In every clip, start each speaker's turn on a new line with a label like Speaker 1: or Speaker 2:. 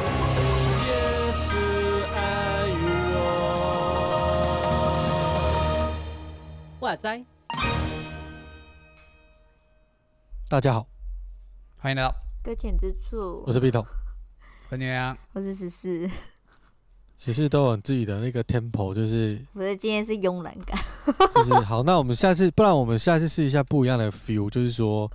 Speaker 1: 也是爱与我。哇塞！
Speaker 2: 大家好，
Speaker 3: 欢迎来到
Speaker 2: 呃
Speaker 4: 搁浅之处
Speaker 2: 我，是 B 头。
Speaker 3: 我是牛羊，
Speaker 4: 我是十四，
Speaker 2: 只是都有自己的那个 tempo，就是
Speaker 4: 我的今天是慵懒感，
Speaker 2: 就是 好。那我们下次，不然我们下次试一下不一样的 feel，就是说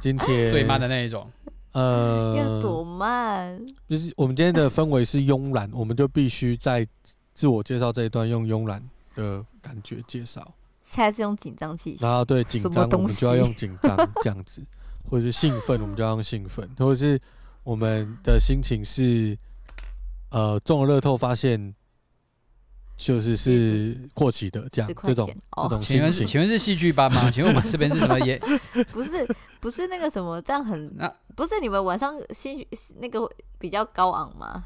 Speaker 2: 今 天
Speaker 3: 最慢的那一种。
Speaker 4: 要多
Speaker 2: 呃，
Speaker 4: 慢？
Speaker 2: 就是我们今天的氛围是慵懒，我们就必须在自我介绍这一段用慵懒的感觉介绍，
Speaker 4: 下次用紧张气息
Speaker 2: 然，后对紧
Speaker 4: 什
Speaker 2: 张
Speaker 4: 么
Speaker 2: 我
Speaker 4: 东西
Speaker 2: 们就要用紧张 这样子，或者是兴奋我们就要用兴奋，或者是我们的心情是呃中了乐透发现就是是过期的这样
Speaker 4: 十块
Speaker 2: 这种
Speaker 4: 钱
Speaker 2: 这
Speaker 4: 哦，
Speaker 2: 种
Speaker 3: 请
Speaker 2: 心
Speaker 3: 问是
Speaker 2: 情。
Speaker 3: 请问是戏剧班 吗？请问我们这边是什么也？
Speaker 4: 不是不是那个什么，这样很
Speaker 3: 那
Speaker 4: 不是你们晚上兴那个比较高昂吗？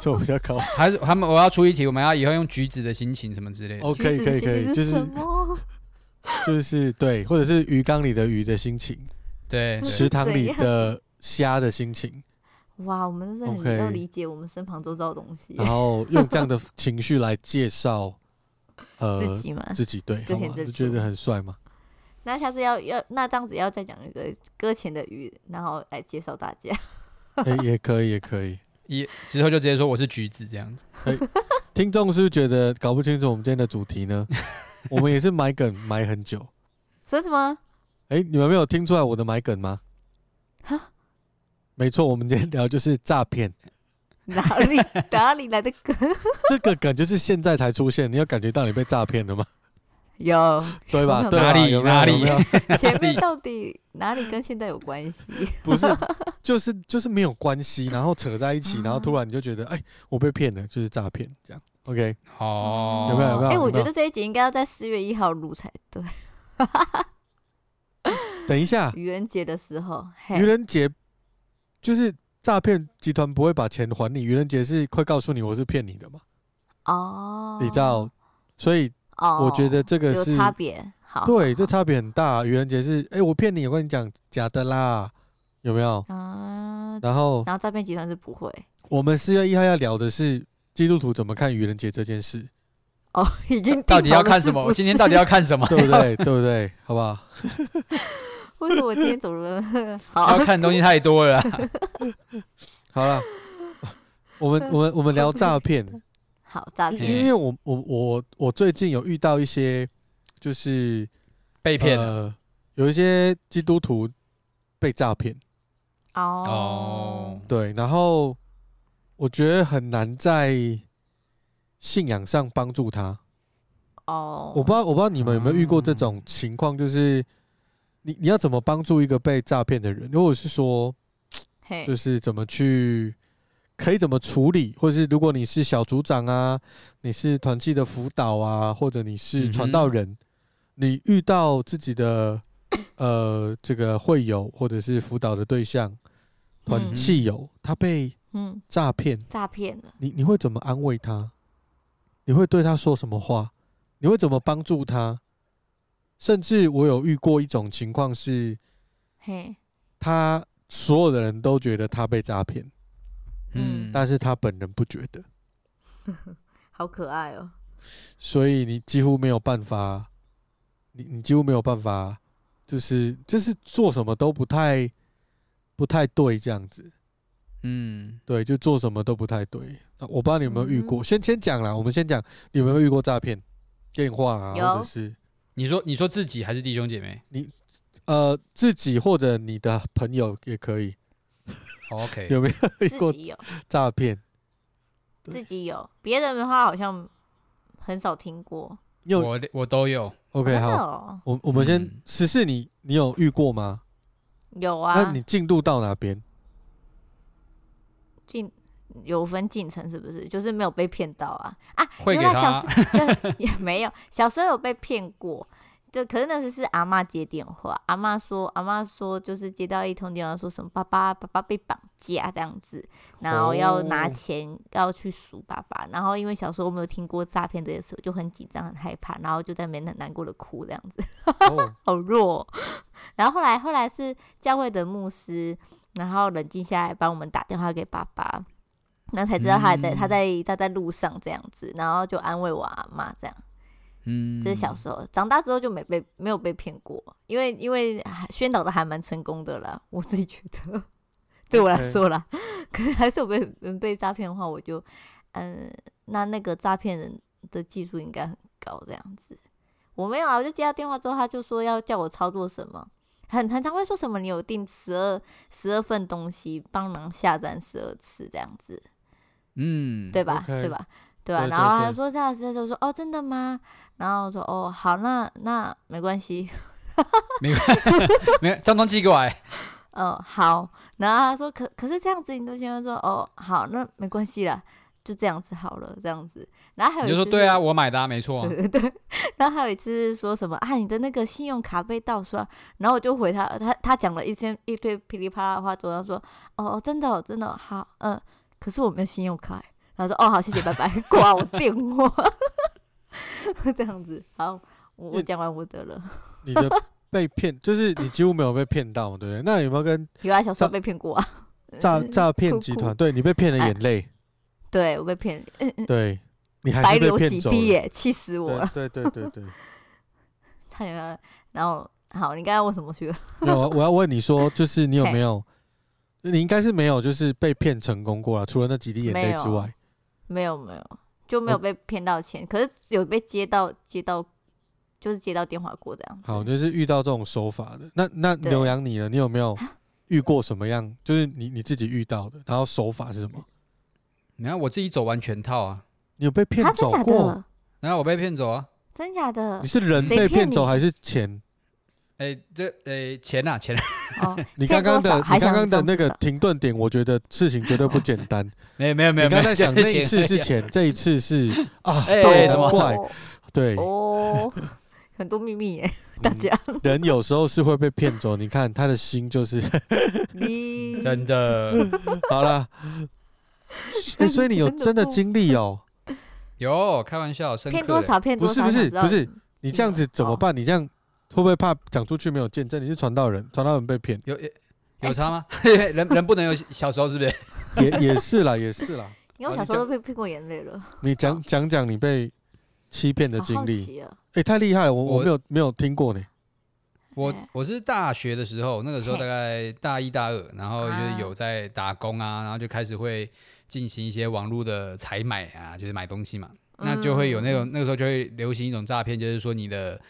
Speaker 2: 就比较 高。
Speaker 3: 还是他们我要出一题，我们要以后用橘子的心情什么之类的。
Speaker 2: 哦，可以
Speaker 4: 橘
Speaker 2: 可
Speaker 4: 子
Speaker 2: 以
Speaker 4: 心
Speaker 2: 可
Speaker 4: 情
Speaker 2: 以，就是
Speaker 4: 什
Speaker 2: 是
Speaker 4: 么？
Speaker 2: 就是对，或者是鱼缸里的鱼的心情，
Speaker 3: 对，对
Speaker 2: 池塘
Speaker 4: 怎
Speaker 2: 里
Speaker 4: 样
Speaker 2: 的虾的心情，
Speaker 4: 哇，我们真的
Speaker 2: OK 啊
Speaker 4: 很要理解我们身旁周遭的东西
Speaker 2: 然，后用这样的情绪来介绍，呃，
Speaker 4: 自己嘛。
Speaker 2: 自己对，
Speaker 4: 搁
Speaker 2: 好
Speaker 4: 浅
Speaker 2: 吗？
Speaker 4: 自
Speaker 2: 就觉
Speaker 4: 主
Speaker 2: 得很帅嘛。
Speaker 4: 那下次要要那这样子要再讲一个搁浅的鱼，然后来介绍大家。
Speaker 2: 哎，也可以，也可以。
Speaker 3: 一之后就直接说我是橘子这样子。
Speaker 2: 听众是不是觉得搞不清楚我们今天的主题 呢？我们也是埋梗埋很久。
Speaker 4: 真的吗？
Speaker 2: 哎，你们没有听出来我的埋梗吗？
Speaker 4: 哈，
Speaker 2: 没错，我们今天聊就是诈 骗，
Speaker 4: 哪 里哪里来的梗？
Speaker 2: 这个梗就是现在才出现，你有感觉到你被诈骗了 吗？
Speaker 4: 有
Speaker 2: 对吧？
Speaker 4: 有
Speaker 2: 对吧
Speaker 3: 哪里
Speaker 2: 有没有
Speaker 3: 哪里
Speaker 2: 有没 有
Speaker 4: 前面
Speaker 3: 哪里
Speaker 4: 到底哪里跟现在有关系？
Speaker 2: 不是，就是就是没有关系，然后扯在一
Speaker 4: 啊
Speaker 2: 起，然后突然你就觉得，哎、我被骗了，就是诈骗这样。OK，
Speaker 3: 哦，
Speaker 2: 有没有有没有
Speaker 4: 哎、我觉得这一集应该要在四月一号录才 对，
Speaker 2: 等一下，
Speaker 4: 愚人节的时候。嘿
Speaker 2: 愚人节就是诈骗集团不会把钱还你，愚人节是快告诉你我是骗你的嘛，
Speaker 4: 哦，
Speaker 2: 你知道，所以
Speaker 4: 哦，
Speaker 2: 我觉得这个
Speaker 4: 有
Speaker 2: 是、
Speaker 4: 差别。哦好，
Speaker 2: 对，这
Speaker 4: 好
Speaker 2: 差别很大。愚人节是，哎、我骗你，我跟你讲假的啦，有没有？
Speaker 4: 好啊。
Speaker 2: 然后
Speaker 4: 然后诈骗集团 是不会
Speaker 2: 我们四月一号要聊的是基督徒怎么看愚人节这件事，
Speaker 4: 哦，已经定
Speaker 3: 到底
Speaker 4: 好
Speaker 3: 要
Speaker 4: 了
Speaker 3: 看
Speaker 4: 是
Speaker 3: 什 么？
Speaker 4: 不
Speaker 3: 我今天
Speaker 4: 是
Speaker 3: 到底要看什么？
Speaker 2: 对不 对？对不对？好不好？
Speaker 4: 为什么我今天走了？好
Speaker 3: 要，看的东西太多了啦。
Speaker 2: 好了，我 们我们我们聊诈骗，
Speaker 4: 好诈
Speaker 2: 因
Speaker 4: 骗
Speaker 2: 因为我我我我最近有遇到一些就是
Speaker 3: 被骗了。
Speaker 2: 呃，有一些基督徒被诈骗，
Speaker 4: 哦
Speaker 2: 嗯呃
Speaker 3: 哦，，
Speaker 2: 对，然后我觉得很难在信仰上帮助他。
Speaker 4: 哦，
Speaker 2: 我不知道我不知道你们有没有遇过
Speaker 3: 啊
Speaker 2: 这种情况，就是你你要怎么帮助一个被诈骗的人，如果是说
Speaker 3: 哎
Speaker 4: 嘿
Speaker 2: 就是怎么去，可以怎么处理，或者是如果你是小组长啊，你是团契的辅导啊，或者你是传道
Speaker 3: 嗯哼
Speaker 2: 人，你遇到自己的呃这个会友或者是辅导的对象团
Speaker 4: 嗯
Speaker 2: 契友，他被
Speaker 4: 嗯，
Speaker 2: 诈骗，
Speaker 4: 诈骗了。
Speaker 2: 你你会怎么安慰他？你会对他说什么话？你会怎么帮助他？甚至我有遇过一种情况是，
Speaker 4: 嘿，
Speaker 2: 他所有的人都觉得他被诈骗。
Speaker 3: 嗯，
Speaker 2: 但是他本人不觉得，
Speaker 4: 好可爱哦。
Speaker 2: 所以你几乎没有办法，你你几乎没有办法，就是就是做什么都不太不太对这样子，
Speaker 3: 嗯，
Speaker 2: 对，就做什么都不太对。那我不知道你有没有遇过，
Speaker 4: 嗯
Speaker 2: 先先讲啦，我们先讲你有没有遇过诈骗电话啊，
Speaker 4: 有
Speaker 2: 或者是
Speaker 3: 你说你说自己还是弟兄姐妹
Speaker 2: 呃自己或者你的朋友也可以，
Speaker 3: 哦？OK，
Speaker 2: 有没有遇
Speaker 4: 自
Speaker 2: 过
Speaker 4: 己有，
Speaker 2: 诈骗？对
Speaker 4: 自己有，别人的话好像很少听过。
Speaker 2: 你有
Speaker 3: 我我都有。
Speaker 2: OK
Speaker 4: 真
Speaker 2: 好，
Speaker 4: 的哦，
Speaker 2: 我我们先
Speaker 3: 嗯
Speaker 2: 实事你你有遇过吗？
Speaker 4: 有
Speaker 2: 那
Speaker 4: 啊
Speaker 2: 你，进度到哪 边？
Speaker 4: 进有分进程是不是？就是没有被骗到啊啊！
Speaker 3: 会
Speaker 4: 原
Speaker 3: 给
Speaker 4: 来
Speaker 3: 他
Speaker 4: 小时候对也没有，小时候有被骗过，就可是那时是阿嬷接电话，阿嬷说，阿嬷说就是接到一通电话，说什么爸爸爸爸被绑架这样子，然后要拿
Speaker 3: 哦
Speaker 4: 钱、要去赎爸爸，然后因为小时候没有听过诈骗这件事，我就很紧张很害怕，然后就在那边很难过的哭这样子。
Speaker 2: 哦，
Speaker 4: 好弱哦、然后后来后来是教会的牧师，然后冷静下来帮我们打电话给爸爸，那才知道他还在、他
Speaker 3: 嗯
Speaker 4: 在他在路上这样子，然后就安慰我阿妈这样。
Speaker 3: 嗯，
Speaker 4: 这是小时候，长大之后就没被没有被骗过，因为因为还宣导的还蛮成功的啦，我自己觉得，对我来
Speaker 2: OK
Speaker 4: 说啦。 可是还是有被嗯被诈骗的话，我就嗯，那那个诈骗人的技术应该很高这样子。我没有啊，我就接到电话之后，他就说要叫我操作什么，很很常会说什么你有订十二十二份东西，帮忙下单十二次这样子。
Speaker 3: 嗯，
Speaker 4: 对吧
Speaker 2: OK
Speaker 4: 对吧？对吧？
Speaker 2: 对
Speaker 4: 然后
Speaker 2: 对
Speaker 4: 他
Speaker 2: 对
Speaker 4: 就说这样子，就说哦，真的吗？然后我说哦，好，那那没关系，
Speaker 3: 没有，通通寄过来。
Speaker 4: 嗯，好。然后他说可可是这样子，你都先生说哦，好，那没关系啦，就这样子好了，这样子。然后还有
Speaker 3: 你
Speaker 4: 一
Speaker 3: 就说
Speaker 4: 次
Speaker 3: 对
Speaker 4: 是
Speaker 3: 啊，我买的啊，没错啊。
Speaker 4: 对 对对。然后还有一次是说什么啊，你的那个信用卡被盗刷，然后我就回他，他他讲了一些一堆噼里啪啦的话之后，他说哦，真的、哦、真的哦好，嗯，可是我没有信用卡欸。然后说哦好，谢谢，拜拜，挂我电话。 这样子，好，我我
Speaker 2: 那
Speaker 4: 讲完我的了。
Speaker 2: 你的被骗就是你几乎没有被骗到，对不对？那有没有跟
Speaker 4: 有啊，小时候
Speaker 2: 诈
Speaker 4: 被骗过啊，
Speaker 2: 诈诈骗
Speaker 4: 哭
Speaker 2: 集
Speaker 4: 哭
Speaker 2: 团？对你被骗了
Speaker 4: 哎
Speaker 2: 眼泪，
Speaker 4: 对我被骗，
Speaker 2: 对你还
Speaker 4: 白
Speaker 2: 是被
Speaker 4: 流
Speaker 2: 骗
Speaker 4: 几
Speaker 2: 走
Speaker 4: 滴
Speaker 2: 了。
Speaker 4: 耶，气死我了，
Speaker 2: 对对对对对，
Speaker 4: 差点让。 然后好，你刚刚问什么去了？
Speaker 2: 没有，啊 我要问你说，就是你有没有？你应该是没有，就是被骗成功过啊，除了那几滴眼泪之
Speaker 4: 没有
Speaker 2: 外，
Speaker 4: 没有没有，就没
Speaker 2: 哦
Speaker 4: 有被骗到钱，可是有被接到接到，就是接到电话过这样子。
Speaker 2: 好，就是遇到这种手法的。那那
Speaker 4: 对啊
Speaker 2: 牛羊你呢？你有没有遇过什么样？就是你你自己遇到的，然后手法是什么？
Speaker 3: 你看我自己走完全套啊，
Speaker 2: 你有被骗
Speaker 4: 啊，真
Speaker 2: 走
Speaker 4: 假
Speaker 2: 过？
Speaker 4: 的？
Speaker 3: 然后我被骗走啊。
Speaker 4: 真假的
Speaker 2: 你？是人
Speaker 4: 谁
Speaker 2: 被
Speaker 4: 骗
Speaker 2: 骗走
Speaker 4: 你
Speaker 2: 还是钱？
Speaker 3: 哎，这哎钱啊钱啊，
Speaker 4: 哦，
Speaker 2: 你
Speaker 4: 骗
Speaker 2: 刚刚
Speaker 4: 多
Speaker 2: 的
Speaker 4: 少还
Speaker 2: 你刚
Speaker 4: 想
Speaker 2: 刚的
Speaker 4: 怎么
Speaker 2: 那
Speaker 4: 知
Speaker 2: 个
Speaker 4: 道
Speaker 2: 停顿点，我觉得事情绝对不简 单。
Speaker 3: 没有没有没
Speaker 2: 你
Speaker 3: 有。
Speaker 2: 刚才
Speaker 3: 没有
Speaker 2: 想那一
Speaker 3: 钱
Speaker 2: 次是
Speaker 3: 钱
Speaker 2: 钱，这一次是啊，
Speaker 3: 哎
Speaker 2: 对，
Speaker 3: 什么
Speaker 2: 怪
Speaker 4: 哦
Speaker 2: 对，
Speaker 4: 哦， 很多秘密耶， 大
Speaker 2: 嗯
Speaker 4: 家。
Speaker 2: 人有时候是会被骗走，你看他的心就是
Speaker 4: 你
Speaker 3: 真的
Speaker 2: 好了。哎，所以你有真的经历哦？
Speaker 3: 有开玩笑，深刻
Speaker 4: 骗多
Speaker 3: 嘞？
Speaker 4: 少骗
Speaker 2: 不
Speaker 4: 多
Speaker 2: 是
Speaker 4: 少？
Speaker 2: 不
Speaker 4: 想
Speaker 2: 是
Speaker 4: 知道
Speaker 2: 不是，你这样子怎么
Speaker 4: 哦
Speaker 2: 办？你这样会不会怕讲出去没有见证？你是传道人，传道人被骗
Speaker 3: 有有有差吗？ 人人不能有小时候是不是？
Speaker 2: 也也是啦，也是啦。
Speaker 4: 因为我
Speaker 2: 好你
Speaker 4: 小时候
Speaker 2: 讲
Speaker 4: 都被骗过眼泪了，好
Speaker 2: 你讲讲讲你被欺骗的经
Speaker 4: 好
Speaker 2: 历，
Speaker 4: 奇啊！
Speaker 2: 哎，太厉害了，我我
Speaker 3: 我
Speaker 2: 没有没有听过 呢。
Speaker 3: 我
Speaker 4: 哎
Speaker 3: 我是大学的时候，那个时候
Speaker 4: 嘿
Speaker 3: 大概大一大二，然后就是
Speaker 4: 啊
Speaker 3: 有在打工啊，然后就开始会进行一些网络的采买啊，就是买东西嘛。那就会有那种
Speaker 4: 嗯
Speaker 3: 那个时候就会流行一种诈骗，就是说你的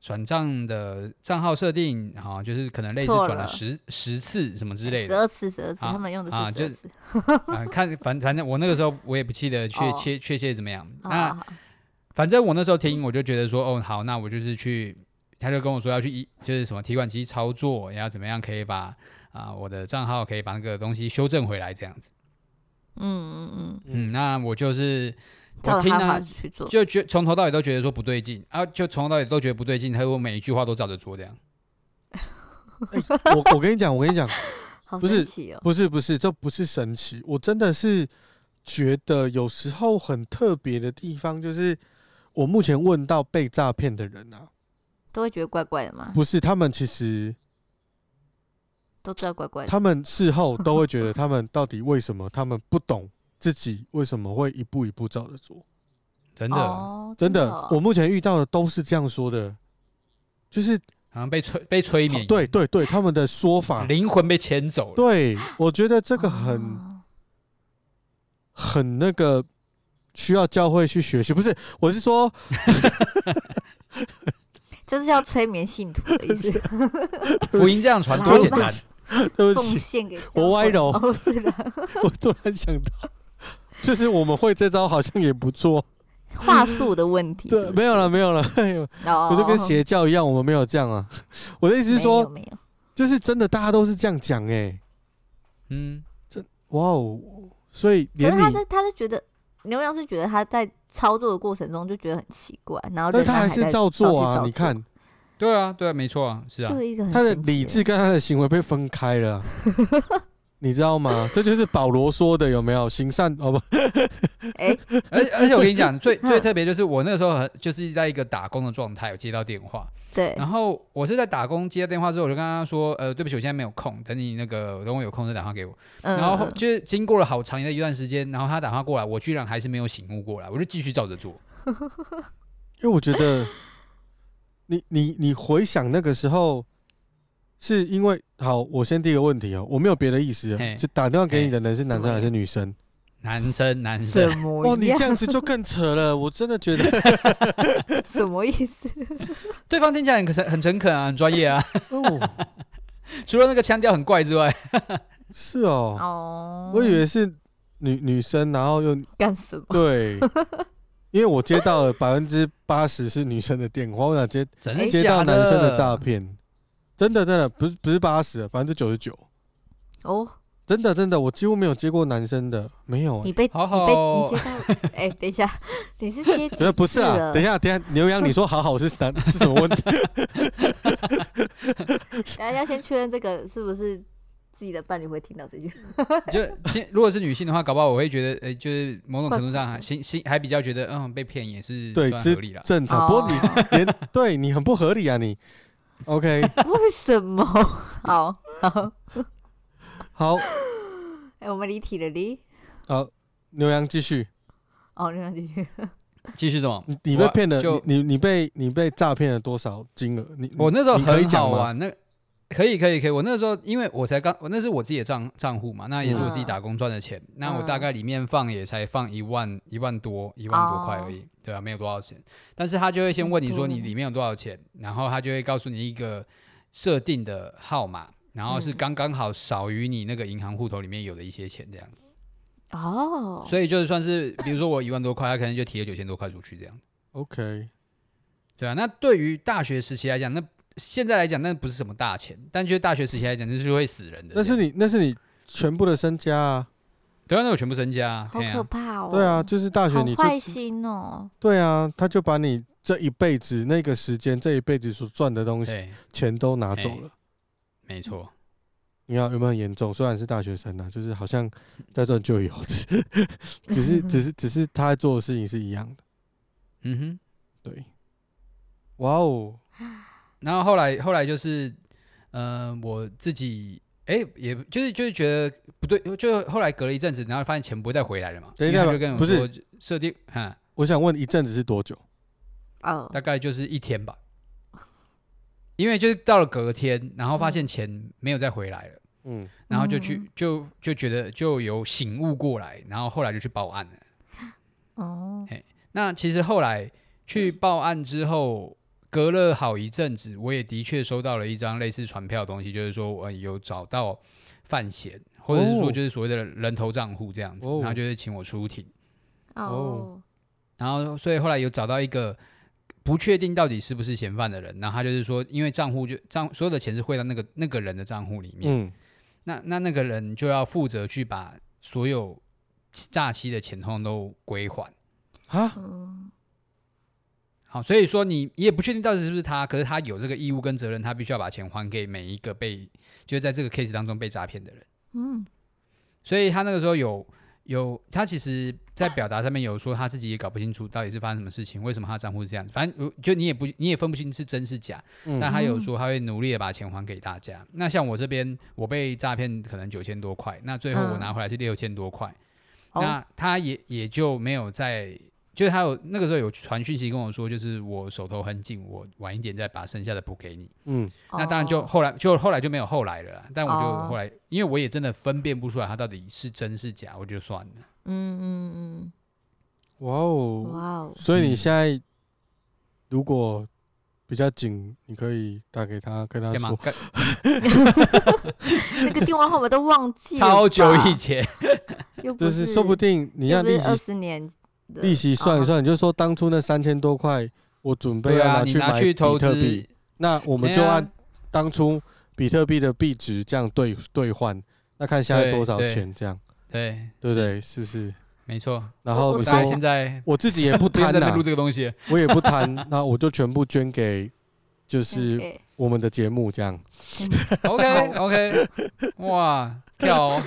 Speaker 3: 转账的账号设定啊，就是可能类似
Speaker 4: 错
Speaker 3: 转了
Speaker 4: 了哎
Speaker 3: 十十次什么之类
Speaker 4: 十
Speaker 3: 的
Speaker 4: 二次十二次，
Speaker 3: 啊
Speaker 4: 他们用的
Speaker 3: 啊
Speaker 4: 是十
Speaker 3: 就
Speaker 4: 二次。
Speaker 3: 啊。看反反正我那个时候我也不记得确
Speaker 4: 哦
Speaker 3: 切确切怎么样。那
Speaker 4: 啊，
Speaker 3: 反正我那时候听我就觉得说，哦好，那我就是去，他就跟我说要去一就是什么提款机操作，然后怎么样可以把啊我的账号可以把那个东西修正回来这样子。
Speaker 4: 嗯嗯嗯，
Speaker 2: 嗯
Speaker 3: 嗯，那我就是
Speaker 4: 照
Speaker 3: 我
Speaker 4: 着
Speaker 3: 听
Speaker 4: 他的话
Speaker 3: 啊
Speaker 4: 去做。
Speaker 3: 就觉从头到尾都觉得说不对劲啊，就从头到尾都觉得不对劲，他我每一句话都照着做这样。
Speaker 2: 我我跟你讲，我跟你讲，
Speaker 4: 好
Speaker 2: 不
Speaker 4: 神
Speaker 2: 是
Speaker 4: 奇哦！
Speaker 2: 不是不是，这不是神奇，我真的是觉得有时候很特别的地方，就是我目前问到被诈骗的人啊，
Speaker 4: 都会觉得怪怪的吗？
Speaker 2: 不是他们其实
Speaker 4: 都知道怪怪的。
Speaker 2: 他们事后都会觉得他们到底为什么，他们不懂自己为什么会一步一步照着做。
Speaker 3: 真的，好
Speaker 4: 哦，
Speaker 2: 真的，
Speaker 4: 哦
Speaker 2: 我目前遇到的都是这样说的，就是
Speaker 3: 像被催被催眠，
Speaker 2: 对，对哦对，啊他们的说 法，
Speaker 3: 灵魂被牵走了。
Speaker 2: 对我觉得这个很
Speaker 4: 哦
Speaker 2: 很那个需要教会去学习，不是，我是说。
Speaker 4: 这是要催眠信徒的意思，
Speaker 3: 福音这样传
Speaker 4: 来
Speaker 3: 多简
Speaker 4: 吧
Speaker 3: 单，
Speaker 2: 对不
Speaker 4: 奉
Speaker 2: 起，
Speaker 4: 献给教
Speaker 2: 我歪
Speaker 4: 会
Speaker 2: 楼
Speaker 4: 哦，是的，
Speaker 2: 我突然想到，就是我们会这招好像也不 错。
Speaker 4: 话术的问题
Speaker 2: 对，没有了，没有了。哎呦我
Speaker 4: 我
Speaker 2: 就跟邪教一样，我们没有这样啊。 我的意思是说，
Speaker 4: 哦没有，
Speaker 2: 就是真的，大家都是这样讲哎、
Speaker 3: 嗯，
Speaker 2: 哇哦！所以
Speaker 4: 没有
Speaker 2: 连
Speaker 4: 可是他
Speaker 2: 你，
Speaker 4: 是他是觉得牛羊是觉得他在操作的过程中就觉得很奇怪，然后
Speaker 2: 但
Speaker 4: 仍
Speaker 2: 是他
Speaker 4: 然
Speaker 2: 还
Speaker 4: 还
Speaker 2: 是
Speaker 4: 在
Speaker 2: 照做
Speaker 4: 照去
Speaker 2: 啊。
Speaker 4: 照
Speaker 2: 你看，
Speaker 3: 对啊，对啊，没错啊，是啊
Speaker 4: 就，一嗯个很
Speaker 2: 他的
Speaker 4: 神奇
Speaker 2: 理智跟他的行为被分开了啊，你知道吗？这就是保罗说的，有没有？行善哦不，
Speaker 4: 哎，
Speaker 3: 而而且我跟你讲，最最
Speaker 4: 嗯
Speaker 3: 特别就是我那时候很就是在一个打工的状态，我接到电话，
Speaker 4: 对，
Speaker 2: 啊
Speaker 3: 然后我是在打工接到电话之后，我就跟他说，呃，对不起，我现在没有空，等你那个等我有空再打电话给我。
Speaker 4: 嗯
Speaker 3: 然后就是经过了好长的一段时间，然后他打电话过来，我居然还是没有醒悟过来，我就继续照着 做。
Speaker 2: 因为我觉得你你你回想那个时候，是因为好，我先第一个问题哦，我没有别的意思哦
Speaker 3: 嘿，
Speaker 2: 就打电话给你的人是男生还是女生？哦
Speaker 3: 男生，男
Speaker 4: 什
Speaker 3: 生，
Speaker 4: 么
Speaker 2: 哇，你
Speaker 4: 样
Speaker 2: 这样子就更扯了，我真的觉得
Speaker 4: 什么 意思？
Speaker 3: 对方听起来很诚很诚恳啊，很专业啊，
Speaker 2: 哦，
Speaker 3: 除了那个腔调很怪之外，
Speaker 2: 是哦，
Speaker 4: 哦，
Speaker 2: 我以为是女女生，然后又
Speaker 4: 干什么？
Speaker 2: 对，因为我接到了百分之八十是女生的电话，我想接
Speaker 3: 真
Speaker 4: 哎
Speaker 3: 的
Speaker 2: 接
Speaker 3: 哎假
Speaker 2: 到
Speaker 3: 的？
Speaker 2: 男生的诈骗，真的真的不是不是八十，百分之九十九，
Speaker 4: 哦，
Speaker 2: 真的真的，我几乎没有接过男生的，没有、
Speaker 4: 你
Speaker 2: 欸。
Speaker 4: 被
Speaker 3: 好
Speaker 4: 你被你
Speaker 3: 好
Speaker 4: 接到哎，等一下，你是接几
Speaker 2: 觉哦 得不是
Speaker 4: 次
Speaker 2: 啊，
Speaker 4: 了
Speaker 2: 等一下，等一下，牛羊，你说好好是男是什么问 题？
Speaker 4: 大家先确认这个是不是自己的伴侣会听到这句。
Speaker 3: 就先如果是女性的话，搞不好我会觉得，呃，就是某种程度
Speaker 4: 怪怪
Speaker 3: 上，
Speaker 4: 的
Speaker 3: 心心还比较觉得，嗯，被骗也是
Speaker 2: 对
Speaker 3: 算
Speaker 2: 是
Speaker 3: 合理了。
Speaker 2: 正啊常，不过你
Speaker 4: 哦
Speaker 2: 连对你很不合理啊，你。OK，
Speaker 4: 为什么？ 好好，
Speaker 2: 好，
Speaker 4: 哎，我们离题了离。
Speaker 2: 好，牛羊继续。
Speaker 4: 哦，那继续。
Speaker 3: 继续怎么？
Speaker 2: 你你被
Speaker 3: 我啊
Speaker 2: 骗了，
Speaker 3: 就
Speaker 2: 你你你被你被诈骗了多少金额？你
Speaker 3: 我那时候
Speaker 2: 你可以
Speaker 3: 很
Speaker 2: 讲
Speaker 3: 好
Speaker 2: 吗？
Speaker 3: 玩，那可以可以可以，我那时候因为我才刚，我那是我自己的账账户嘛，那也是我自己打工赚的钱，
Speaker 2: 嗯
Speaker 3: 那我大概里面放也才放一万一万多一万多块而已，
Speaker 2: 哦
Speaker 3: 对啊，没有多少钱，但是他就会先问你说
Speaker 4: 很多
Speaker 3: 你
Speaker 4: 呢
Speaker 3: 里面有多少钱，然后他就会告诉你一个设定的号码。然后是
Speaker 4: 嗯
Speaker 3: 刚刚好少于你那个银行户头里面有的一些钱这样，
Speaker 4: 哦，
Speaker 3: 所以就是算是，比如说我一万多块，他可能就提了九千多块出去这样。
Speaker 2: OK，
Speaker 3: 对啊，那对于大学时期来讲，那现在来讲那不是什么大钱，但就是大学时期来讲，那是会死人
Speaker 2: 那
Speaker 3: 的这样。
Speaker 2: 是你那是你全部的身家啊，
Speaker 3: 对啊，那我全部身家啊，
Speaker 4: 好
Speaker 3: 对啊
Speaker 4: 可怕哦。
Speaker 2: 对啊，，就是大学
Speaker 4: 好
Speaker 2: 你就
Speaker 4: 坏心哦。
Speaker 2: 对啊，他就把你这一辈子那个时间这一辈子所赚的东西
Speaker 3: 对，
Speaker 2: 全都拿走
Speaker 3: 哎
Speaker 2: 了。
Speaker 3: 没错，
Speaker 2: 你看有没有很严重？虽然是大学生啊，就是好像在赚就有，只是只 是只是只是他做的事情是一样的。
Speaker 3: 嗯哼。
Speaker 2: 对，哇哦，
Speaker 3: 然后后来后来就是，呃，我自己哎、也就是就是觉得不对，就后来隔了一阵子，然后发现钱不会再回来了嘛，
Speaker 2: 等一
Speaker 3: 因为
Speaker 2: 下吧
Speaker 3: 他就跟我
Speaker 2: 不是
Speaker 3: 说设定，哈、
Speaker 2: 我想问一阵子是多久？
Speaker 4: 哦，
Speaker 3: 大概就是一天吧，因为就是到了隔天，然后发现钱没有再回来了。
Speaker 2: 嗯，
Speaker 3: 然后就去、
Speaker 4: 嗯
Speaker 3: 就就觉得就有醒悟过来，然后后来就去报案了。
Speaker 4: 哦，
Speaker 3: 那其实后来去报案之后，隔了好一阵子，我也的确收到了一张类似传票的东西，就是说我有找到犯嫌，或者是
Speaker 2: 哦
Speaker 3: 说就是所谓的人头账户这样子，
Speaker 2: 哦
Speaker 3: 然后就是请我出庭，
Speaker 4: 哦，
Speaker 3: 然后所以后来有找到一个。不确定到底是不是嫌犯的人，然后他就是说，因为账户就账所有的钱是汇到那个那个人的账户里面，
Speaker 2: 嗯，
Speaker 3: 那那那个人就要负责去把所有诈欺的钱通通都归还。
Speaker 2: 啊，
Speaker 4: 嗯，
Speaker 3: 好，所以说你你也不确定到底是不是他，可是他有这个义务跟责任，他必须要把钱还给每一个被就是在这个 case 当中被诈骗的人。
Speaker 4: 嗯，
Speaker 3: 所以他那个时候有有他其实在表达上面有说他自己也搞不清楚到底是发生什么事情，为什么他的账户是这样子，反正呃就你也不你也分不清是真是假，但
Speaker 2: 嗯，
Speaker 3: 他有说他会努力的把钱还给大家。那像我这边，我被诈骗可能九千多块，那最后我
Speaker 4: 嗯
Speaker 3: 拿回来是六千多块，
Speaker 4: 哦
Speaker 3: 那他也也就没有在，就是他有那个时候有传讯息跟我说，就是我手头很紧，我晚一点再把剩下的补给你。
Speaker 2: 嗯，
Speaker 3: 那当然就
Speaker 4: 哦
Speaker 3: 后来就后来就没有后来了啦，但我
Speaker 4: 哦
Speaker 3: 就后来，因为我也真的分辨不出来他到底是真是假，我就算了。
Speaker 4: 嗯嗯
Speaker 2: 哇
Speaker 4: 嗯，
Speaker 2: 哦，
Speaker 4: 哇哦，
Speaker 2: 所以你
Speaker 3: 嗯
Speaker 2: 现在如果比较紧，你可以打给他，跟他
Speaker 3: 干
Speaker 2: 啊
Speaker 3: 嘛
Speaker 2: 说，？
Speaker 3: 干
Speaker 4: 那个电话号码都忘记 了吧，
Speaker 3: 超久以前，
Speaker 4: 又不
Speaker 2: 就是说不定你
Speaker 4: 又
Speaker 2: 要
Speaker 4: 不
Speaker 2: 利
Speaker 4: 是呃
Speaker 2: 息
Speaker 4: 二十年的
Speaker 2: 利息算一，
Speaker 4: 哦
Speaker 2: 算，你就说当初那三千多块，我准备
Speaker 3: 对
Speaker 2: 要
Speaker 3: 啊，你
Speaker 2: 去买
Speaker 3: 去
Speaker 2: 比
Speaker 3: 投
Speaker 2: 特
Speaker 3: 资
Speaker 2: 币，，那我们
Speaker 3: 对
Speaker 2: 就
Speaker 3: 啊
Speaker 2: 按当初比特币的币值这样兑兑换，那看现在
Speaker 3: 对
Speaker 2: 多少
Speaker 3: 对
Speaker 2: 钱，这样
Speaker 3: 对
Speaker 2: 对不对？是不是？
Speaker 3: 没错。
Speaker 2: 然
Speaker 4: 我
Speaker 2: 后
Speaker 3: 我
Speaker 2: 你
Speaker 3: 大概
Speaker 2: 说
Speaker 3: 现在
Speaker 2: 我自己也不贪啊
Speaker 3: 在
Speaker 2: 呐
Speaker 3: 录，这个东西了，
Speaker 2: 我也不贪，那我就全部捐给就是
Speaker 4: 给
Speaker 2: 我们的节目这样。
Speaker 3: OK OK，哇，跳哦，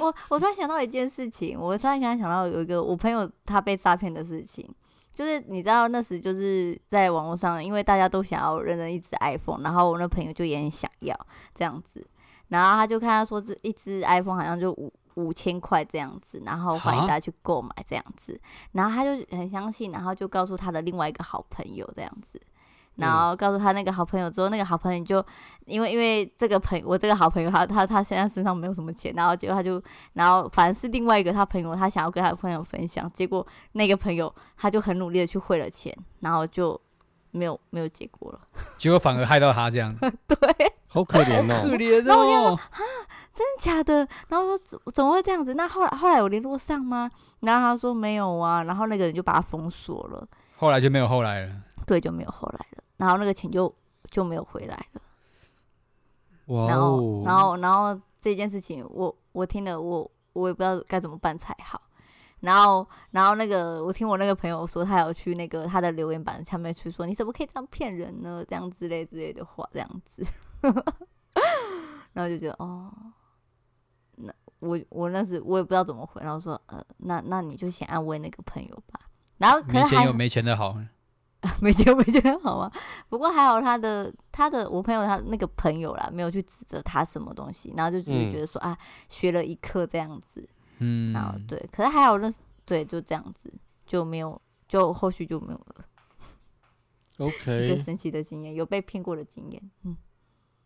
Speaker 4: 我我突然想到一件事情，我突然想想到有一个我朋友他被诈骗的事情，就是你知道那时就是在网络上，因为大家都想要认真一只 iPhone，然后我那朋友就也很想要这样子，然后他就看他说这一只 iPhone 好像就五五千块这样子，然后欢迎
Speaker 3: 啊
Speaker 4: 大家去购买这样子，然后他就很相信，然后就告诉他的另外一个好朋友这样子。然后告诉他那个好朋友之后，那个好朋友就因为因为这个朋我这个好朋友他他他现在身上没有什么钱，然后结果他就然后反而是另外一个他朋友，他想要跟他朋友分享，结果那个朋友他就很努力的去汇了钱，然后就没有没有结果了。
Speaker 3: 结果反而害到他这
Speaker 4: 哎
Speaker 3: 样，
Speaker 4: 对，
Speaker 2: 好可怜
Speaker 3: 可
Speaker 2: 哦，
Speaker 3: 怜哦。
Speaker 4: 真假的？然后我说怎怎么会这样子？那后来后来有联络上吗？然后他说没有啊，然后那个人就把他封锁了，
Speaker 3: 后来就没有后来了，
Speaker 4: 对，就没有后来了。然后那个钱就就没有回来了。
Speaker 2: 哇
Speaker 4: 然后
Speaker 2: 哦，
Speaker 4: 然后然后这件事情我我听了我我也不知道该怎么办才好。然后，然后那个，我听我那个朋友说，他有去那个他的留言板下面去说，你怎么可以这样骗人呢？这样之类之类的话，这样子， 然后就觉得哦，那我我那时我也不知道怎么回，然后说呃，那那你就先安慰那个朋友吧。然后可
Speaker 3: 没
Speaker 4: 是
Speaker 3: 钱
Speaker 4: 还
Speaker 3: 有没钱的好，
Speaker 4: 没觉没觉得好吗？不过还好他的他的我朋友他那个朋友啦，没有去指责他什么东西，然后就只是
Speaker 2: 嗯
Speaker 4: 觉得说、啊，学了一课这样子，
Speaker 3: 嗯
Speaker 4: 然，后对，可是还好认识对就这样子就没有就后续就没有了一个
Speaker 2: OK，
Speaker 4: 神奇的经验，有被骗过的经验，嗯，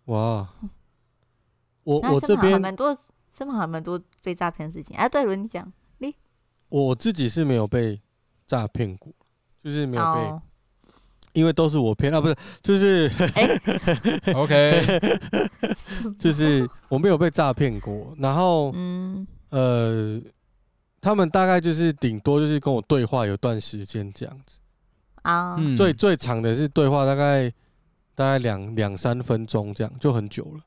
Speaker 2: 哇， 我
Speaker 4: 那
Speaker 2: 我
Speaker 4: 身
Speaker 2: 这
Speaker 4: 旁还
Speaker 2: 边
Speaker 4: 蛮多身旁还蛮多被诈骗的事情，哎、对了，你讲
Speaker 2: 我自己是没有被诈骗过，就是没有被，
Speaker 4: 哦，
Speaker 2: 因为都是我骗啊，不是，就是
Speaker 3: OK，
Speaker 2: 就是我没有被诈骗过，然后
Speaker 4: 嗯
Speaker 2: 呃，他们大概就是顶多就是跟我对话有段时间这样子，
Speaker 4: 啊，
Speaker 3: 嗯
Speaker 2: 最最长的是对话大概大概两两三分钟这样，就很久了。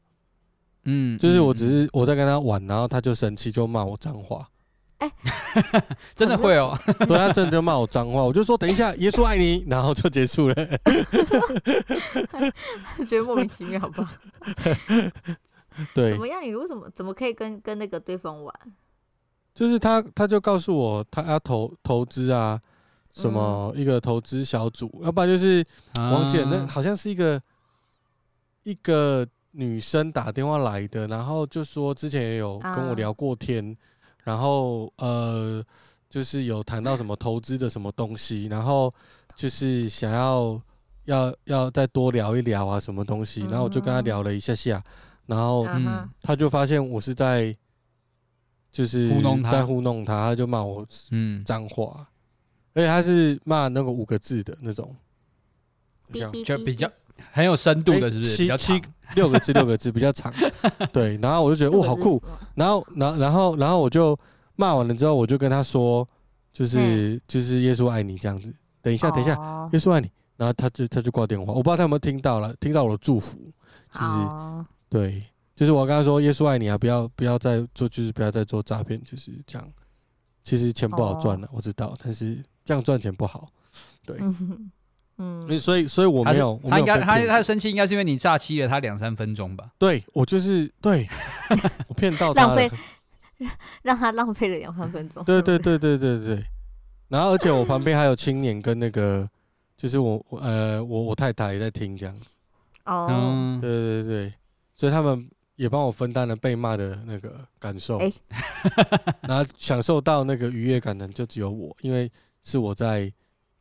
Speaker 3: 嗯
Speaker 2: 就是我
Speaker 3: 嗯
Speaker 2: 只是我在跟他玩，然后他就生气就骂我脏 话，
Speaker 3: 真的会哦，
Speaker 2: 对他真的就骂我脏话，我就说等一下耶稣爱你，然后就结束
Speaker 3: 嗯
Speaker 2: 了。
Speaker 4: 觉得莫名其妙吧？
Speaker 2: 对
Speaker 3: 嗯
Speaker 4: 怎，么样？你为什么怎么可以跟跟那个对方玩？
Speaker 2: 就是他，他就告诉我他要投投资啊，什么
Speaker 3: 嗯
Speaker 2: 一个投资小组，要不然就是王姐那
Speaker 3: 啊
Speaker 2: 好像是一个一个女生打电话来的，然后就说之前也有跟我
Speaker 4: 啊
Speaker 2: 聊过天，然后呃就是有谈到什么投资的什么东西，然后就是想要要要再多聊一聊啊什么东西，然后我就跟他
Speaker 4: 嗯哼
Speaker 2: 聊了一下下，然后
Speaker 4: 啊哈
Speaker 2: 他就发现我是在就是
Speaker 3: 糊弄他
Speaker 2: 在糊弄他，他就骂我
Speaker 3: 嗯，
Speaker 2: 脏话，而且他是骂那个五个字的那种，好像
Speaker 4: 哔
Speaker 3: 就
Speaker 4: 哔
Speaker 3: 比
Speaker 4: 哔
Speaker 3: 较很有深度的，是
Speaker 2: 哎
Speaker 3: 不是？
Speaker 2: 七
Speaker 3: 比较
Speaker 2: 七
Speaker 3: 长，
Speaker 2: 六个字六个字比较长， 对，然后我就觉得哦哇好酷，，然后然后然后然后我就骂完了之后，我就跟他说，
Speaker 4: 嗯
Speaker 2: 就是就是耶稣爱你这样子，等一
Speaker 4: 一
Speaker 2: 下等一下，
Speaker 4: 下
Speaker 2: 耶稣爱你，然后他就他就挂电话，我不知道他有没有听到了，听到我的祝福，就是
Speaker 4: 哦，
Speaker 2: 对，就是我刚刚说耶稣爱你啊，不要不要再做，就是不要再做诈骗，就是这样。其实钱不好赚啊
Speaker 4: 哦
Speaker 2: 了、我知道，但是这样赚钱不好。
Speaker 4: 嗯嗯
Speaker 2: 嗯所以所以我
Speaker 3: 他
Speaker 2: 没
Speaker 3: 是
Speaker 2: 有，我
Speaker 3: 他
Speaker 2: 没
Speaker 3: 应
Speaker 2: 有
Speaker 3: 该
Speaker 2: 被
Speaker 3: 他
Speaker 2: 骗
Speaker 3: 他生气应该是因为你诈欺了他两三分钟吧？
Speaker 2: 对我就是对我骗到他
Speaker 4: 浪费
Speaker 2: 了。
Speaker 4: 让他浪费了两三分 钟。
Speaker 2: 对对对对对对。然后而且我旁边还有青年跟那个， 就是我我呃我我太太也在听这样子。
Speaker 4: 哦，
Speaker 3: 嗯，
Speaker 2: 对对对，所以他们也帮我分担了被骂的那个感受，
Speaker 4: 哎
Speaker 2: 然后享受到那个愉悦感的就只有我，因为是我在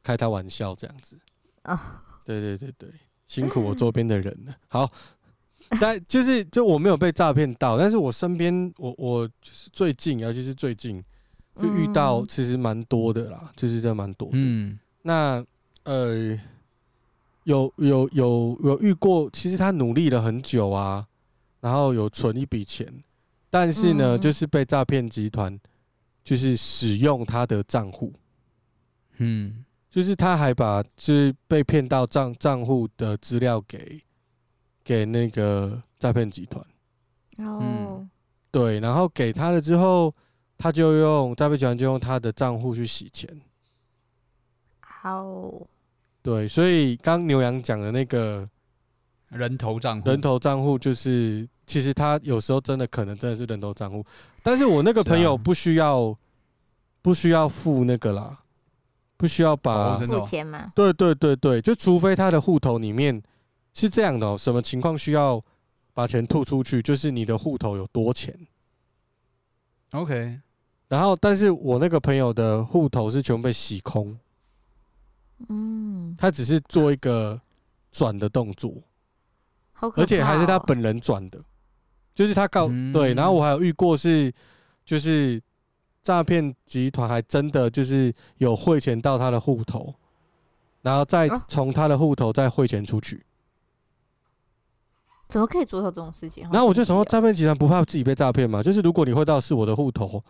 Speaker 2: 开他玩笑这样子。
Speaker 4: 啊，
Speaker 2: 对对对对，辛苦我周边的人了。好，但就是就我没有被诈骗到，但是我身边我我就是最近，尤其是最近就遇到
Speaker 4: 嗯
Speaker 2: 其实蛮多的啦，就是真的蛮多的。
Speaker 3: 嗯，
Speaker 2: 那呃，有有有有遇过，其实他努力了很久啊，然后有存一笔钱，但是呢，
Speaker 4: 嗯
Speaker 2: 就是被诈骗集团就是使用他的账户，
Speaker 3: 嗯，
Speaker 2: 就是他还把就是被骗到账账户的资料给给那个诈骗集团，嗯
Speaker 4: 哦，
Speaker 2: 对，然后给他了之后，他就用诈骗集团就用他的账户去洗钱。
Speaker 4: 好，
Speaker 2: 对，所以刚牛羊讲的那个
Speaker 3: 人头账户，
Speaker 2: 人头账户，就是其实他有时候真的可能真的是人头账户，但是我那个朋友
Speaker 3: 是啊
Speaker 2: 不需要不需要付那个啦，不需要把
Speaker 3: 哦真的
Speaker 4: 付
Speaker 3: 哦
Speaker 4: 钱嘛，
Speaker 2: 对对对对，就除非他的户头里面是这样的、哦，什么情况需要把钱吐出去，就是你的户头有多钱。
Speaker 3: OK，
Speaker 2: 然后，但是我那个朋友的户头是全部被洗空，
Speaker 4: 嗯，
Speaker 2: 他只是做一个转的动作，
Speaker 4: 好可怕、哦
Speaker 2: 而且还是他，本人转的，就是他告、
Speaker 3: 嗯
Speaker 2: 对。然后我还有遇过是，就是诈骗集团还真的就是有汇钱到他的户头，然后再
Speaker 4: 啊
Speaker 2: 从他的户头再汇钱出去。
Speaker 4: 怎么可以做到这种事情？好
Speaker 2: 然后我就
Speaker 4: 神
Speaker 2: 想说，
Speaker 4: 奇哦
Speaker 2: 诈骗集团不怕自己被诈骗嘛？就是如果你汇到是我的户头，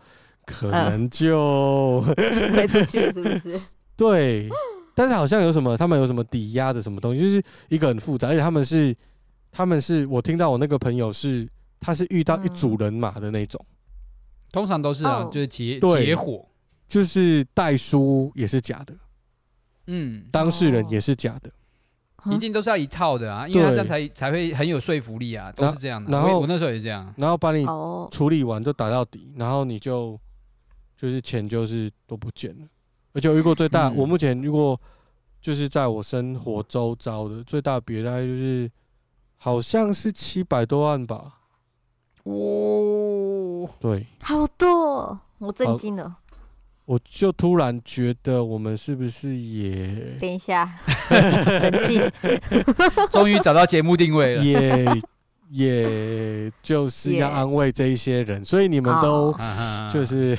Speaker 2: 可能就、
Speaker 4: 飞出去了是不是？
Speaker 2: 对。但是好像有什么，他们有什么抵押的什么东西，就是一个很复杂，而且他们是，他们是我听到我那个朋友是，他是遇到一组
Speaker 4: 嗯
Speaker 2: 人马的那种，
Speaker 3: 通常都是啊，
Speaker 4: 哦
Speaker 3: 就是结
Speaker 2: 对
Speaker 3: 结伙，
Speaker 2: 就是代书也是假的，
Speaker 3: 嗯，
Speaker 2: 当事人也是假的。
Speaker 4: 啊
Speaker 3: 一定都是要一套的啊，因为他
Speaker 2: 对
Speaker 3: 这样才才会很有说服力啊，都
Speaker 2: 然
Speaker 3: 是这样的。
Speaker 2: 然
Speaker 3: 我也
Speaker 2: 后
Speaker 3: 我那时候也这样，
Speaker 2: 然后把 你
Speaker 4: 哦，
Speaker 2: 处理完就打到底，然后你就就是钱就是都不见了。而且我遇过最大，
Speaker 3: 嗯
Speaker 2: 我目前遇过就是在我生活周遭的最大别大概就是好像是七百多万吧。
Speaker 3: 哦，
Speaker 2: 对，
Speaker 4: 好多哦，我震
Speaker 2: 好
Speaker 4: 惊了。
Speaker 2: 我就突然觉得我们是不是也
Speaker 4: 等 一下，冷静，
Speaker 3: 终于找到节目定位 了。
Speaker 2: 也也就是要
Speaker 4: 也
Speaker 2: 安慰这一些人，所以你们都
Speaker 4: 哦
Speaker 3: 啊哈哈
Speaker 2: 就是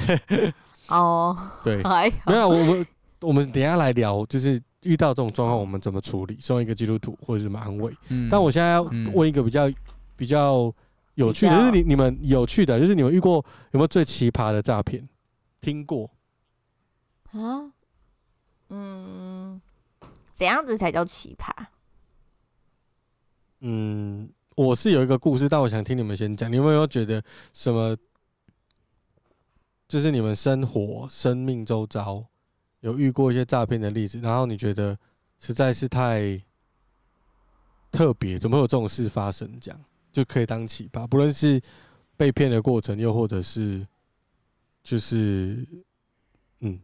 Speaker 4: 哦，
Speaker 2: 对，
Speaker 4: 还
Speaker 2: 没
Speaker 4: 好，
Speaker 2: 有，我们我们等一下来聊，就是遇到这种状况我们怎么处理，送一个基督徒或者什么安慰。
Speaker 3: 嗯
Speaker 2: 但我现在要
Speaker 3: 嗯
Speaker 2: 问一个比较比较有趣的，
Speaker 4: 比
Speaker 2: 就
Speaker 4: 较
Speaker 2: 是你你们有趣的，就是你们遇过有没有最奇葩的诈骗？听过？
Speaker 4: 啊，嗯，怎样子才叫奇葩？
Speaker 2: 嗯，我是有一个故事，但我想听你们先讲。你们有没有觉得什么？就是你们生活、生命周遭有遇过一些诈骗的例子，然后你觉得实在是太特别，怎么会有这种事发生？这样就可以当奇葩，不论是被骗的过程，又或者是就是嗯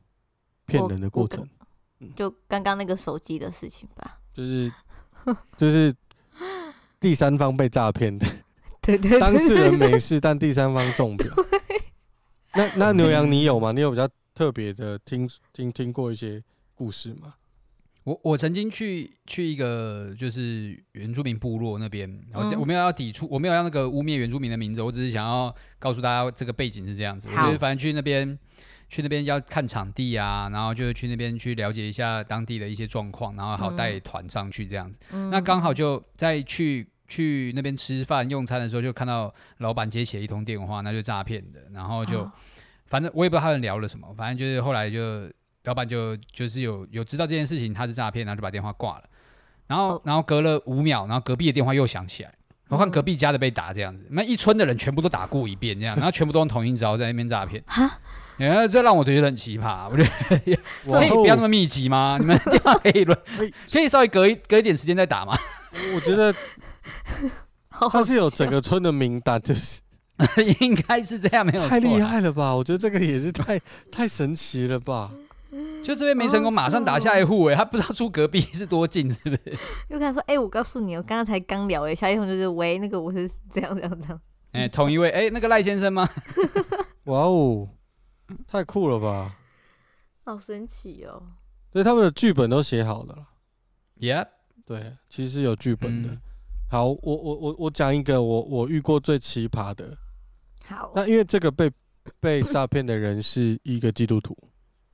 Speaker 2: 骗
Speaker 4: 我
Speaker 2: 人的
Speaker 4: 我
Speaker 2: 过
Speaker 4: 可
Speaker 2: 程，
Speaker 4: 就刚刚那个手机的事情吧。
Speaker 2: 就是就是第三方被诈骗的。
Speaker 4: 对 对
Speaker 2: 当事人没事，但第三方中标。那那牛羊你有吗？你有比较特别的听听听过一些故事吗？
Speaker 3: 我我曾经去去一个就是原住民部落那边，然后这
Speaker 4: 嗯
Speaker 3: 我没有要抵触，我没有要那个污蔑原住民的名字，我只是想要告诉大家这个背景是这样子。我觉
Speaker 4: 好
Speaker 3: 得反正去那边去那边要看场地啊，然后就是去那边去了解一下当地的一些状况，然后好带
Speaker 4: 嗯
Speaker 3: 团上去这样子。
Speaker 4: 嗯
Speaker 3: 那刚好就在去去那边吃饭用餐的时候，就看到老板接起了一通电话，那就诈骗的，然后就、
Speaker 4: 哦
Speaker 3: 反正我也不知道他们聊了什么，反正就是后来就老板就就是有有知道这件事情他是诈骗，然后就把电话挂了，然后
Speaker 4: 哦
Speaker 3: 然后隔了五秒，然后隔壁的电话又响起来。我看隔壁家的被打这样子，那一村的人全部都打过一遍这样，然后全部都用同一招在那边 诈骗，然后这让我觉得很奇葩。我觉得
Speaker 2: 哦
Speaker 3: 可以不要那么密 集吗？你们电话可以轮，
Speaker 2: 哎
Speaker 3: 可以稍微隔一隔一点时间再打吗？
Speaker 2: 我觉得他是有整个村的名单，就是
Speaker 3: 应该是这样，没有错
Speaker 2: 太厉
Speaker 3: 啦。
Speaker 2: 害了吧？我觉得这个也是太太神奇了吧？
Speaker 3: 就这边没成功，
Speaker 4: 哦
Speaker 2: 啊
Speaker 3: 马上打下一户哎、他不知道住隔壁是多近，是不是？
Speaker 4: 又跟他说，哎、我告诉你，我刚刚才刚聊哎，小一红就是喂，那个我是这样这样这样，
Speaker 3: 哎、同一位哎、那个赖先生吗？
Speaker 2: 哇哦，太酷了吧？
Speaker 4: 好神奇哦。
Speaker 2: 所以他们的剧本都写好了啦。
Speaker 3: 耶、
Speaker 2: 对，其实有剧本的
Speaker 3: 嗯。
Speaker 2: 好，我我我我讲一个我我遇过最奇葩的，
Speaker 4: 好，
Speaker 2: 那因为这个被被诈骗的人是一个基督徒，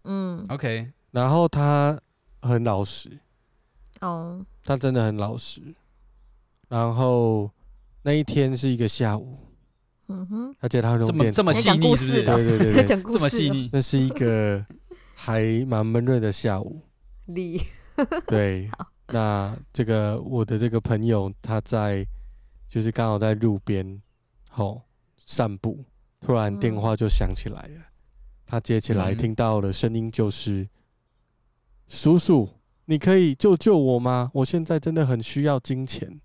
Speaker 4: 嗯，
Speaker 3: o k
Speaker 2: 然后他很老实，
Speaker 4: 哦，
Speaker 2: 他真的很老实。然后那一天是一个下午，
Speaker 4: 嗯哼，
Speaker 2: 而且他很
Speaker 3: 这
Speaker 2: 用
Speaker 3: 么
Speaker 2: 电
Speaker 3: 这么
Speaker 4: 在
Speaker 3: 细
Speaker 4: 讲
Speaker 3: 腻，
Speaker 4: 故
Speaker 3: 是不
Speaker 4: 事
Speaker 3: 是？
Speaker 4: 的
Speaker 2: 对对
Speaker 4: 要
Speaker 2: 对对，
Speaker 4: 讲故事
Speaker 3: 这么细
Speaker 4: 了
Speaker 3: 腻，
Speaker 2: 那是一个还蛮闷热的下午。
Speaker 4: 你
Speaker 2: 对，那这个我的这个朋友他在就是刚好在路边，吼散步，突然电
Speaker 4: 嗯
Speaker 2: 话就响起来了，他接起来
Speaker 3: 嗯
Speaker 2: 听到了声音就是叔叔，你可以救救我吗？我现在真的很需要金钱，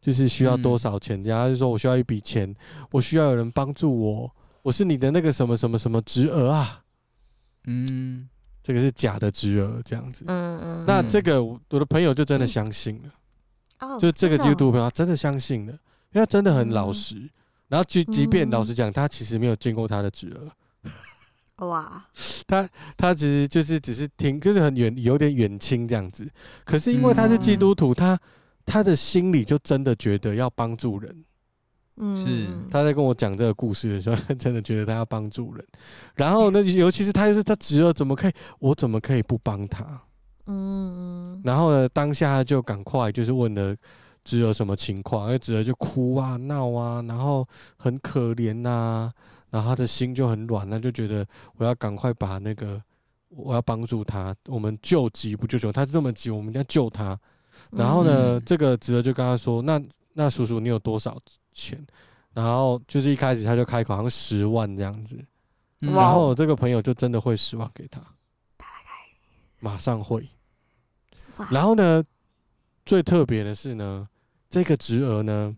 Speaker 2: 就是需要多少钱？然后他就说我需要一笔钱，我需要有人帮助我，我是你的那个什么什么什么侄儿啊，
Speaker 3: 嗯，
Speaker 2: 这个是假的侄儿这样子。
Speaker 4: 嗯嗯，
Speaker 2: 那这个我我的朋友就真的相信了，
Speaker 4: 哦
Speaker 2: 就这个
Speaker 4: 真的
Speaker 2: 基
Speaker 4: 哦
Speaker 2: 督徒朋友他真的相信了，因为他真的很老
Speaker 4: 嗯
Speaker 2: 实。然后即即便
Speaker 4: 嗯
Speaker 2: 老实讲，他其实没有见过他的侄儿，
Speaker 4: 哇，
Speaker 2: 他其实就是只是听，就是很远，有点远亲这样子。可是因为他是基
Speaker 4: 嗯
Speaker 2: 督徒，他他的心里就真的觉得要帮助人。
Speaker 4: 嗯，
Speaker 3: 是
Speaker 4: 嗯
Speaker 2: 他在跟我讲这个故事的时候， 他真的觉得他要帮助人。然后呢，尤其是他又是他侄儿，怎么可以我怎么可以不帮他？
Speaker 4: 嗯，嗯
Speaker 2: 然后呢，当下他就赶快就是问了侄儿什么情况，而侄儿就哭啊闹啊，然后很可怜呐、然后他的心就很软，他就觉得我要赶快把那个我要帮助他，我们救急不救穷，他这么急，我们一定要救他。然后呢，
Speaker 3: 嗯
Speaker 2: 这个侄儿就跟他说：“那那叔叔，你有多少钱？”然后就是一开始他就开口，好像十万这样子。
Speaker 3: 嗯
Speaker 4: 哇
Speaker 2: 然
Speaker 4: 哦
Speaker 2: 后我这个朋友就真的会十万给他，马上会
Speaker 4: 哇。
Speaker 2: 然后呢，最特别的是呢，这个侄儿呢，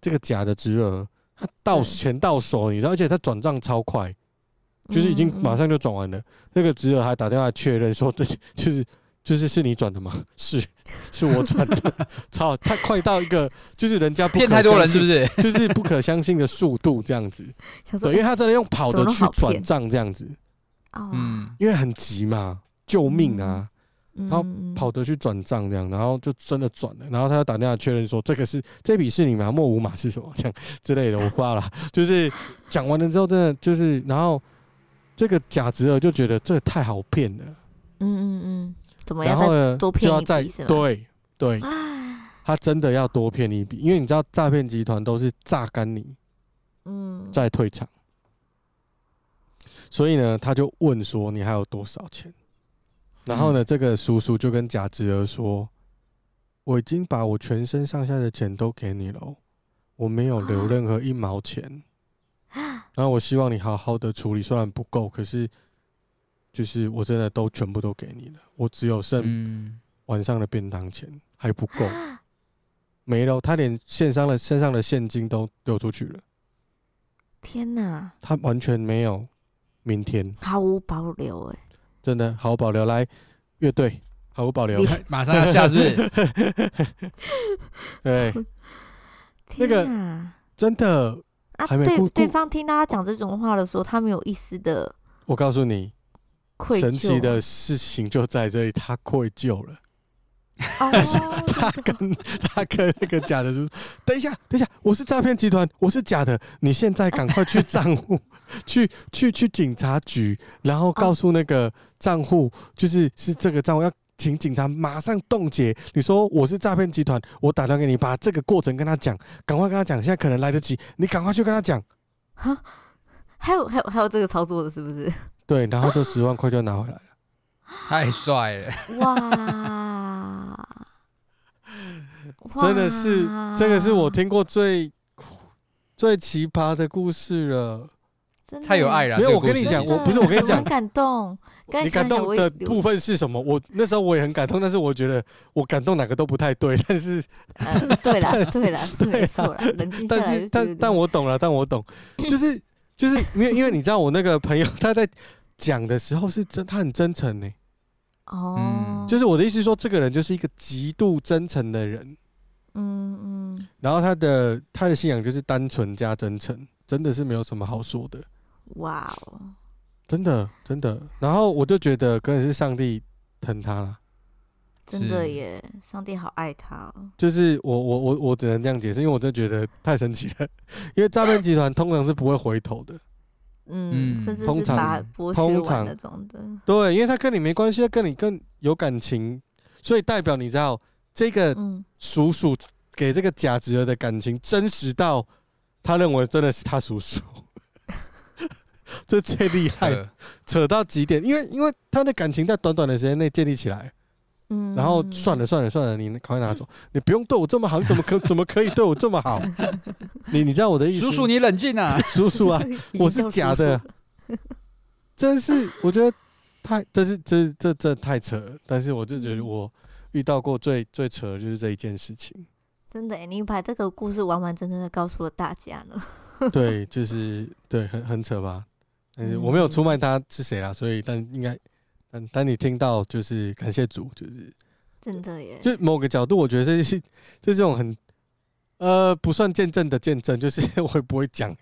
Speaker 2: 这个假的侄儿，他到
Speaker 4: 嗯
Speaker 2: 钱到手，你知道，而且他转账超快，就是已经
Speaker 4: 嗯
Speaker 2: 马上就转完了。那个侄儿还打电话确认说， 对，就是就是是你转的吗？ 是，是我转的。 操，他快到一个就是人家不
Speaker 3: 骗
Speaker 2: 可
Speaker 3: 太多人
Speaker 2: 相
Speaker 3: 是不
Speaker 2: 信，
Speaker 3: 是？
Speaker 2: 就是不可相信的速度这样子。
Speaker 4: 嗯想说
Speaker 2: 对，因为他真的用跑的
Speaker 4: 怎么那么
Speaker 2: 去
Speaker 4: 好
Speaker 2: 转
Speaker 4: 骗
Speaker 2: 账这样子，
Speaker 4: 嗯，
Speaker 3: 嗯，
Speaker 2: 因为很急嘛，救命啊，
Speaker 4: 嗯
Speaker 2: 他跑的去转账这样，然后就真的转了，然后他又打电话确认说这个是这笔是你吗？莫五码是什么这样之 类的，我挂了。就是讲完了之后，真的就是，然后这个假侄儿就觉得这太好骗了，
Speaker 4: 嗯嗯嗯，怎么
Speaker 2: 然
Speaker 4: 样
Speaker 2: 后
Speaker 4: 再
Speaker 2: 呢
Speaker 4: 多
Speaker 2: 就
Speaker 4: 骗
Speaker 2: 要
Speaker 4: 一
Speaker 2: 再
Speaker 4: 笔是吗啊
Speaker 2: 对对，他真的要多骗一笔，因为你知道诈骗集团都是榨干你，
Speaker 4: 嗯
Speaker 2: 再退场。所以呢，他就问说：“你还有多少钱？”然后呢，这个叔叔就跟贾侄儿说：“我已经把我全身上下的钱都给你了哦，我没有留任何一毛钱。然后我希望你好好的处理，虽然不够，可是就是我真的都全部都给你了，我只有剩
Speaker 3: 嗯，
Speaker 2: 晚上的便当钱还不够，没了哦。他连线上的身上的现金都丢出去了。”
Speaker 4: 天哪，
Speaker 2: 他完全没有明天，
Speaker 4: 毫无保留哎，
Speaker 2: 真的毫无保留。来，乐队毫无保留。
Speaker 3: 嗯马上要下是不是？
Speaker 2: 对，那
Speaker 4: 天
Speaker 2: 个
Speaker 4: 哪
Speaker 2: 真的，
Speaker 4: 啊，
Speaker 2: 还没
Speaker 4: 对
Speaker 2: 顾
Speaker 4: 对
Speaker 2: 顾
Speaker 4: 方听到他讲这种话的时候，他没有一丝的
Speaker 2: 我告诉你，
Speaker 4: 愧疚，啊
Speaker 2: 神奇的事情就在这里，他愧疚了。
Speaker 4: 哦，
Speaker 2: 他
Speaker 4: 这个
Speaker 2: 跟他跟那个假的叔叔，等一下，等一下，我是诈骗集团，我是假的，你现在赶快去账户， 去去去警察局，然后告诉那个账户，就是是这个账户要。请警察马上冻结！你说我是诈骗集团，我打电话给你，把这个过程跟他讲，赶快跟他讲，现在可能来得及，你赶快去跟他讲。
Speaker 4: 还有还有还有这个操作的，是不是？
Speaker 2: 对，然后这十万块就拿回来了。，
Speaker 3: 太帅了，
Speaker 4: 哇
Speaker 2: 真的是，这个是我听过最最奇葩的故事了。
Speaker 4: 听
Speaker 3: 太有爱了。
Speaker 2: 没有
Speaker 3: 这个
Speaker 2: 我跟
Speaker 3: 故
Speaker 2: 你
Speaker 3: 事呃
Speaker 2: 讲
Speaker 3: 是
Speaker 2: 我不是我跟你讲
Speaker 4: 很感动，刚才
Speaker 2: 你感
Speaker 4: 想想
Speaker 2: 动
Speaker 4: 我也
Speaker 2: 的
Speaker 4: 流
Speaker 2: 部分是什么？我那时候我也很感动，但是我觉得我感动哪个都不太对， 但是
Speaker 4: 呃，对啦，对啦，是
Speaker 2: 对啦
Speaker 4: 没错啦，冷静下
Speaker 2: 但
Speaker 4: 来
Speaker 2: 是
Speaker 4: 就
Speaker 2: 但但
Speaker 4: 我
Speaker 2: 我懂了，但我 懂，就是就是因为因为你知道我那个朋友他在讲的时候是真，他很真诚呢、
Speaker 4: 哦
Speaker 3: 嗯，
Speaker 2: 就是我的意思是说，这个人就是一个极度真诚的人，
Speaker 4: 嗯嗯，
Speaker 2: 然后他的他的信仰就是单纯加真诚，真的是没有什么好说的，
Speaker 4: 哇哦，
Speaker 2: 真的真的。然后我就觉得可能是上帝疼他了。
Speaker 4: 真的
Speaker 3: 是
Speaker 4: 耶，上帝好爱他哦，
Speaker 2: 就是我我我我只能这样解释，因为我真的觉得太神奇了。因为诈骗集团通常是不会回头的，
Speaker 4: 嗯，
Speaker 3: 嗯
Speaker 4: 甚至
Speaker 2: 通
Speaker 4: 是
Speaker 2: 常
Speaker 4: 把剥削
Speaker 2: 通
Speaker 4: 完
Speaker 2: 常
Speaker 4: 那种的，
Speaker 2: 对，因为他跟你没关系，他跟你更有感情，所以代表你知道这个
Speaker 4: 嗯，
Speaker 2: 叔叔给这个假侄儿的感情真实到他认为真的是他叔叔， 这最厉害，
Speaker 3: 呃
Speaker 2: 扯到极点。因为因为他的感情在短短的时间内建立起来，
Speaker 4: 嗯，
Speaker 2: 然后算了算了算了，你赶快拿走，你不用对我这么好，你怎么可怎么可以对我这么好？你你知道我的意思吗？
Speaker 3: 叔叔你冷静啊
Speaker 2: ！叔叔啊，
Speaker 4: 已经
Speaker 2: 我
Speaker 4: 叫
Speaker 2: 是
Speaker 4: 叔
Speaker 2: 假
Speaker 4: 叔
Speaker 2: 的
Speaker 4: 了，
Speaker 2: 真是我觉得太这是这这这太扯了，但是我就觉得我遇到过最最扯的就是这一件事 情。
Speaker 4: 真的、欸，你把这个故事完完整整的告诉了大家呢。
Speaker 2: 对，就是对，很很扯吧？但
Speaker 4: 嗯
Speaker 2: 是我没有出卖他是谁啦，所以但应该，但但你听到就是感谢主，就是
Speaker 4: 真的耶，
Speaker 2: 就某个角度，我觉得这是 这是种很呃不算见证的见证，就是我也不会讲。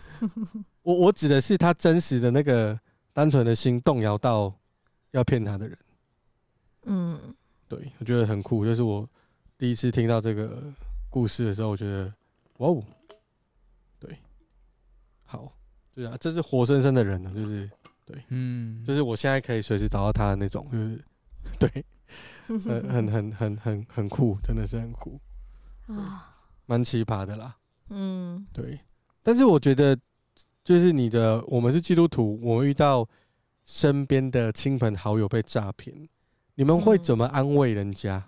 Speaker 2: 我我指的是他真实的那个单纯的心动摇到要骗他的人，
Speaker 4: 嗯，
Speaker 2: 对我觉得很酷。就是我第一次听到这个故事的时候，我觉得哇哦，对，好，对啊，这是活生生的人呢，就是
Speaker 3: 嗯，
Speaker 2: 就是我现在可以随时找到他的那种，就是对，很 很很很很很酷，真的是很酷，
Speaker 4: 啊，
Speaker 2: 蛮奇葩的啦。
Speaker 4: 嗯，
Speaker 2: 对，但是我觉得就是你的，我们是基督徒，我们遇到身边的亲朋好友被诈骗，你们会
Speaker 4: 嗯
Speaker 2: 怎么安慰人家？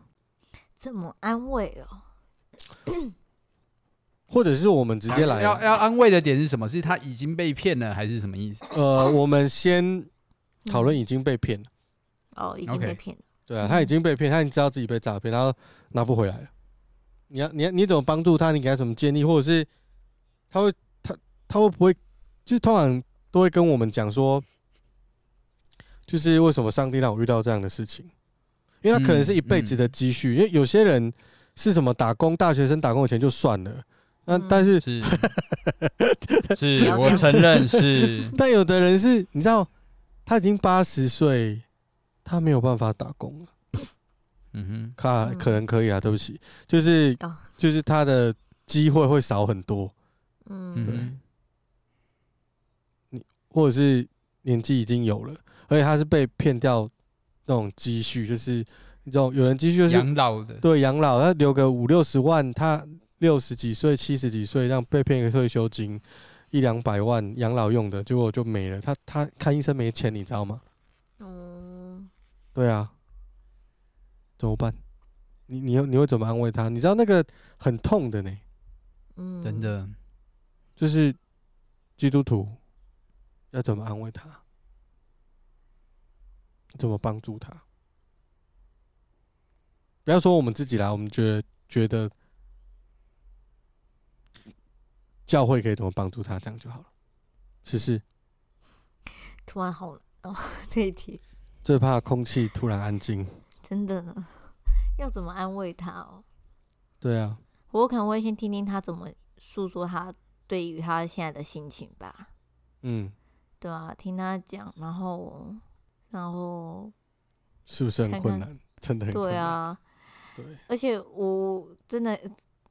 Speaker 4: 这么安慰哦、
Speaker 2: 或者是我们直接来，
Speaker 3: 啊要要安慰的点是什么？是他已经被骗了，还是什么意思？
Speaker 2: 呃，我们先
Speaker 4: 嗯
Speaker 2: 讨论已经被骗了，
Speaker 4: 哦，已经
Speaker 3: OK
Speaker 4: 被骗了。
Speaker 2: 对啊，他已经被骗，他已经知道自己被诈骗，然后拿不回来了。你要，你要，你怎么帮助他？你给他什么建议，或者是他会，他他会不会，就是通常都会跟我们讲说，就是为什么上帝让我遇到这样的事情？因为他可能是一辈子的积蓄，因为有些人是什么打工，大学生打工的钱就算了，那
Speaker 4: 嗯
Speaker 2: 但是
Speaker 3: 是
Speaker 4: 不
Speaker 3: 是，
Speaker 4: 要这
Speaker 3: 我
Speaker 4: 样
Speaker 3: 承认是
Speaker 2: 但有的人是，你知道，他已经八十岁，他没有办法打工了。
Speaker 3: 嗯
Speaker 2: 他
Speaker 4: 嗯
Speaker 2: 可能可以啊，对不起，就是
Speaker 4: 哦
Speaker 2: 就是他的机会会少很多，
Speaker 3: 哼，
Speaker 4: 嗯，
Speaker 3: 嗯
Speaker 2: 或者是年纪已经有了，而且他是被骗掉那种积蓄，就是你知道，有人积蓄就
Speaker 3: 哼，
Speaker 2: 是
Speaker 3: 养老的，
Speaker 2: 对养老，他留个五六十万，他六十几岁、七十几岁，让被骗一个退休金一两百万养老用的，结果就没了。他他看医生没钱，你知道吗？
Speaker 4: 嗯，
Speaker 2: 对啊，怎么办？你你你会怎么安慰他？你知道那个很痛的呢，
Speaker 4: 嗯
Speaker 3: 真，的，
Speaker 2: 就是基督徒要怎么安慰他？怎么帮助他？不要说我们自己啦，我们觉得觉得教会可以怎么帮助他，这样就好了。只是
Speaker 4: 突然好难哦，这一题
Speaker 2: 最怕空气突然安静。
Speaker 4: 真的呢，要怎么安慰他哦？
Speaker 2: 对啊，
Speaker 4: 我可能会先听听他怎么诉说他对于他现在的心情吧，
Speaker 2: 嗯，
Speaker 4: 对啊，听他讲，然后，然后，
Speaker 2: 是不是很
Speaker 4: 看
Speaker 2: 困
Speaker 4: 看
Speaker 2: 难？真的很困
Speaker 4: 对
Speaker 2: 难。
Speaker 4: 啊，
Speaker 2: 对
Speaker 4: 而且我真的，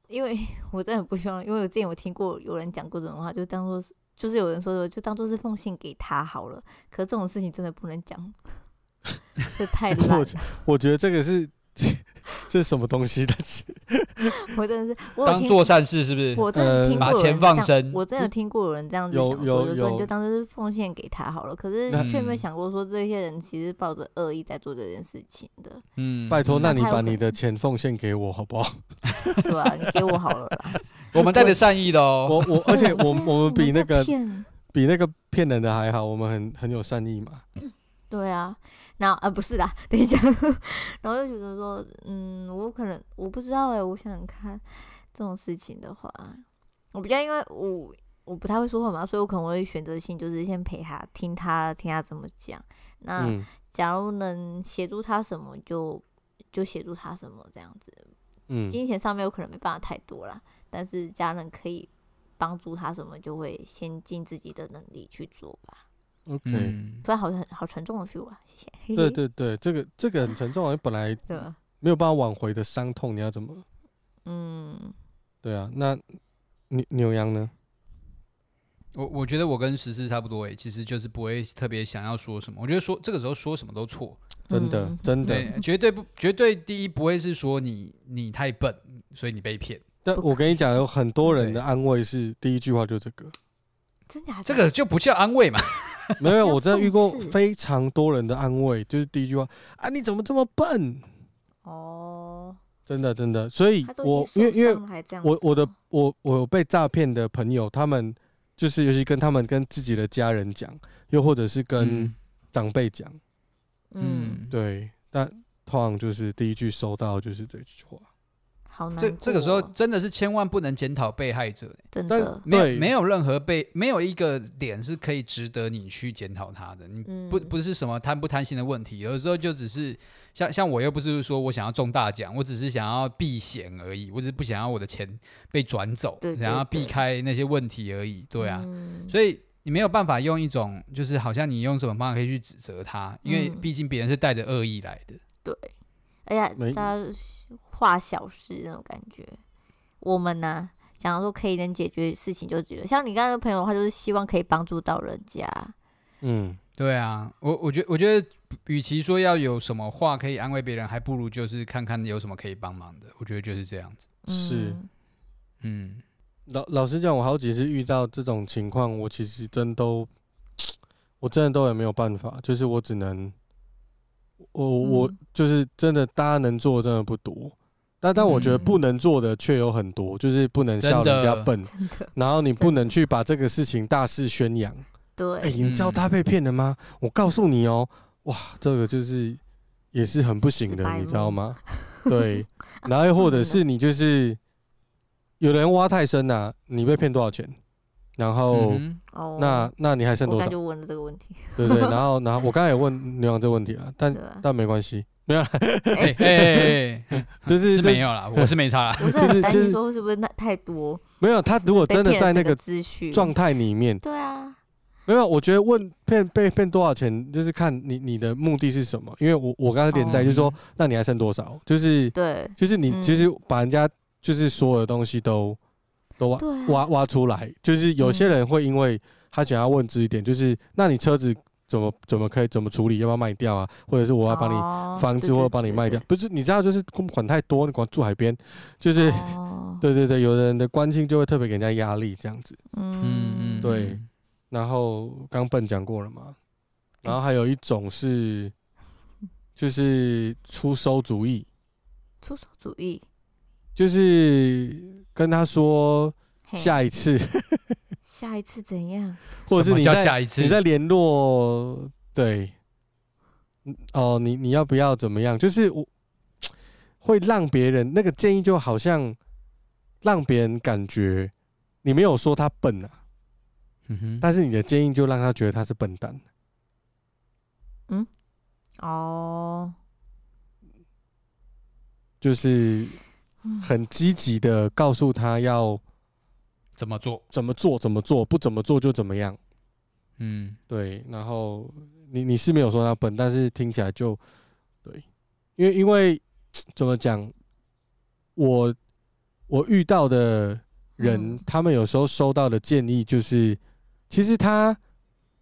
Speaker 4: 因为我真的很不希望，因为我之前有听过有人讲过这种话，就当做是，就是有人说的，就当做是奉献给他好了。可这种事情真的不能讲， 这太烂了。
Speaker 2: 我觉得这个是 这是什么东 西？但是
Speaker 4: 我真的是，我有
Speaker 3: 当
Speaker 4: 听，
Speaker 3: 做善事是不是？
Speaker 4: 我真的听过
Speaker 2: 呃
Speaker 4: 有
Speaker 3: 把钱
Speaker 4: 人这样
Speaker 3: 放生
Speaker 4: 我真的听过有人这样子
Speaker 2: 嗯有
Speaker 4: 讲过，就
Speaker 2: 有
Speaker 4: 说
Speaker 2: 有
Speaker 4: 你就当做是奉献给他好了。可是
Speaker 2: 那
Speaker 4: 却没有
Speaker 3: 嗯
Speaker 4: 想过说这些人其实抱着恶意在做这件事情的，
Speaker 3: 嗯，
Speaker 2: 拜托，
Speaker 3: 嗯
Speaker 2: 那你
Speaker 4: 那他有
Speaker 2: 把
Speaker 4: 可
Speaker 2: 你的钱奉献给我好不好？
Speaker 4: 对吧、你给我好了啦，
Speaker 3: 我们带着善意的哦，
Speaker 2: 我我，而且 我
Speaker 4: 对啊
Speaker 2: 我们比那
Speaker 4: 不要
Speaker 2: 个
Speaker 4: 骗
Speaker 2: 比那个骗人的还好，我们很很有善意嘛。
Speaker 4: 对啊，然后啊不是啦，等一下，然后就觉得说，嗯，我可能我不知道哎、我想想看这种事情的话，我比较因为我我不太会说话嘛，所以我可能会选择性就是先陪他听他听他怎么讲。那、
Speaker 2: 嗯
Speaker 4: 假如能协助他什么就就协助他什么这样子，
Speaker 2: 嗯，
Speaker 4: 金钱上面我可能没办法太多啦，但是家人可以帮助他什么，就会先尽自己的能力去做吧。
Speaker 2: OK，
Speaker 3: 嗯，
Speaker 4: 突然好像好沉重的 feel 啊，谢谢。
Speaker 2: 对对对，这个这个很沉重，啊，本来
Speaker 4: 对吧？
Speaker 2: 没有办法挽回的伤痛，你要怎么？
Speaker 4: 嗯，
Speaker 2: 对啊，那牛牛羊呢？
Speaker 3: 我我觉得我跟十四差不多欸诶，其实就是不会特别想要说什么，我觉得说这个时候说什么都错，
Speaker 2: 真的
Speaker 4: 嗯
Speaker 2: 真的，
Speaker 3: 对，绝对不绝对第一不会是说你你太笨，所以你被骗，
Speaker 2: 但我跟你讲，有很多人
Speaker 3: 对
Speaker 2: 的安慰是第一句话就这个。
Speaker 4: 真假的？
Speaker 3: 这个就不叫安慰嘛，
Speaker 2: 没有，
Speaker 4: 要
Speaker 2: 我真的遇
Speaker 4: 讽
Speaker 2: 过
Speaker 4: 刺
Speaker 2: 非常多人的安慰，就是第一句话啊，你怎么这么笨？
Speaker 4: 哦，
Speaker 2: 真的真的，所以
Speaker 4: 他都
Speaker 2: 我
Speaker 4: 已经
Speaker 2: 因为因为
Speaker 4: 受伤了还这样子
Speaker 2: 我我的
Speaker 4: 哦
Speaker 2: 我我有被诈骗的朋友，他们就是尤其跟他们跟自己的家人讲，又或者是跟
Speaker 3: 嗯
Speaker 2: 长辈讲，
Speaker 4: 嗯，
Speaker 2: 对，但通常就是第一句收到就是这句话，
Speaker 4: 好难过
Speaker 3: 这
Speaker 4: 哦。
Speaker 3: 这个时候真的是千万不能检讨被害者，欸
Speaker 4: 真
Speaker 2: 但
Speaker 4: 的，
Speaker 3: 没
Speaker 2: 对
Speaker 3: 有没有任何被没有一个点是可以值得你去检讨他的，你不
Speaker 4: 嗯
Speaker 3: 不是什么贪不贪心的问题，有的时候就只是像像我又不是说我想要中大奖，我只是想要避险而已，我只是不想要我的钱被转走，
Speaker 4: 对对
Speaker 3: 想要避
Speaker 4: 对
Speaker 3: 开那些问题而已，对啊，
Speaker 4: 嗯
Speaker 3: 所以你没有办法用一种就是好像你用什么方法可以去指责他，因为
Speaker 4: 嗯
Speaker 3: 毕竟别人是带着恶意来的。
Speaker 4: 对，而且
Speaker 2: 没
Speaker 4: 大家化小事那种感觉。我们呢、想要说可以能解决事情就解决，像你刚才的朋友，他就是希望可以帮助到人家。
Speaker 2: 嗯，
Speaker 3: 对啊，我我觉我觉得，与其说要有什么话可以安慰别人，还不如就是看看有什么可以帮忙的。我觉得就是这样子。
Speaker 2: 是
Speaker 4: 嗯
Speaker 3: 嗯，
Speaker 2: 老老实讲，我好几次遇到这种情况，我其实真都，我真的都也没有办法，就是我只能，我我
Speaker 4: 嗯
Speaker 2: 就是真的，大家能做的真的不多，但但我觉得
Speaker 3: 嗯
Speaker 2: 不能做的却有很多，就是不能笑人家
Speaker 3: 真的
Speaker 2: 笨，
Speaker 4: 真 的，
Speaker 2: 然后你不能去把这个事情大肆宣扬。
Speaker 4: 对，
Speaker 2: 哎、你知道
Speaker 3: 嗯
Speaker 2: 他被骗了吗？我告诉你哦、哇，这个就是也是很不行
Speaker 4: 死
Speaker 2: 的，
Speaker 4: 白
Speaker 2: 你
Speaker 4: 目
Speaker 2: 知道 吗？对，然后又或者是你就是有人挖太深呐、你被骗多少钱？然后、
Speaker 3: 嗯
Speaker 4: 哦，
Speaker 2: 那那你还剩
Speaker 4: 我
Speaker 2: 多
Speaker 4: 刚
Speaker 2: 少
Speaker 4: 才？就问了这个问题，
Speaker 2: 对对，然后然后我刚才也问牛羊这个问题了，但
Speaker 4: 对吧？
Speaker 2: 但没关系，没有啦，
Speaker 3: 哼，哎哎哎哎，
Speaker 2: 就是是
Speaker 3: 没
Speaker 2: 就
Speaker 3: 有啦，我是没差啦。
Speaker 4: 我是
Speaker 2: 就是
Speaker 4: 很担
Speaker 2: 就是
Speaker 4: 心说是不是那太多，
Speaker 2: 没有。他如果
Speaker 4: 被
Speaker 2: 真的
Speaker 4: 骗了
Speaker 2: 在
Speaker 4: 整
Speaker 2: 那个
Speaker 4: 资讯
Speaker 2: 状态里面，
Speaker 4: 对啊，
Speaker 2: 没有，我觉得问骗被骗多少钱，就是看你你的目的是什么。因为我我刚才点在就是说
Speaker 3: 哦，
Speaker 2: 那你还剩多少？就是
Speaker 4: 对
Speaker 2: 就是你
Speaker 4: 嗯
Speaker 2: 其实把人家就是所有的东西都都挖
Speaker 4: 对啊
Speaker 2: 挖挖出来，就是有些人会因为他想要问知一点，就是那你车子怎么怎么可以怎么处理，要不要卖掉啊？或者是我要帮你
Speaker 4: 你
Speaker 2: 房子，或者帮你卖掉，，不是你知道就是管太多，你管住海边，就是、
Speaker 4: 对对对对哦，
Speaker 2: 对对对，有的人的关心就会特别给人家压力这样子。
Speaker 4: 嗯
Speaker 2: 对然后刚笨讲过了嘛，
Speaker 3: 嗯
Speaker 2: 然后还有一种是就是出馊主意，
Speaker 4: 出手主义，
Speaker 2: 就是跟他说
Speaker 4: 嘿
Speaker 2: 下一次，
Speaker 4: 下一次怎样？
Speaker 2: 或者
Speaker 3: 什
Speaker 2: 是
Speaker 3: 么
Speaker 2: 你
Speaker 3: 叫
Speaker 2: 在
Speaker 3: 下一次，
Speaker 2: 你在联络，对，嗯哦，你你要不要怎么样？就是我会让别人那个建议，就好像让别人感觉你没有说他笨啊，
Speaker 3: 嗯哼，
Speaker 2: 但是你的建议就让他觉得他是笨蛋。
Speaker 4: 哦，
Speaker 2: 就是
Speaker 4: 嗯
Speaker 2: 很积极的告诉他要
Speaker 3: 怎么做？
Speaker 2: 怎么做，怎么做，不怎么做就怎么样。
Speaker 3: 嗯，
Speaker 2: 对，然后你你是没有说他笨，但是听起来就对，因为因为怎么讲，我我遇到的人，
Speaker 4: 嗯
Speaker 2: 他们有时候收到的建议就是，其实他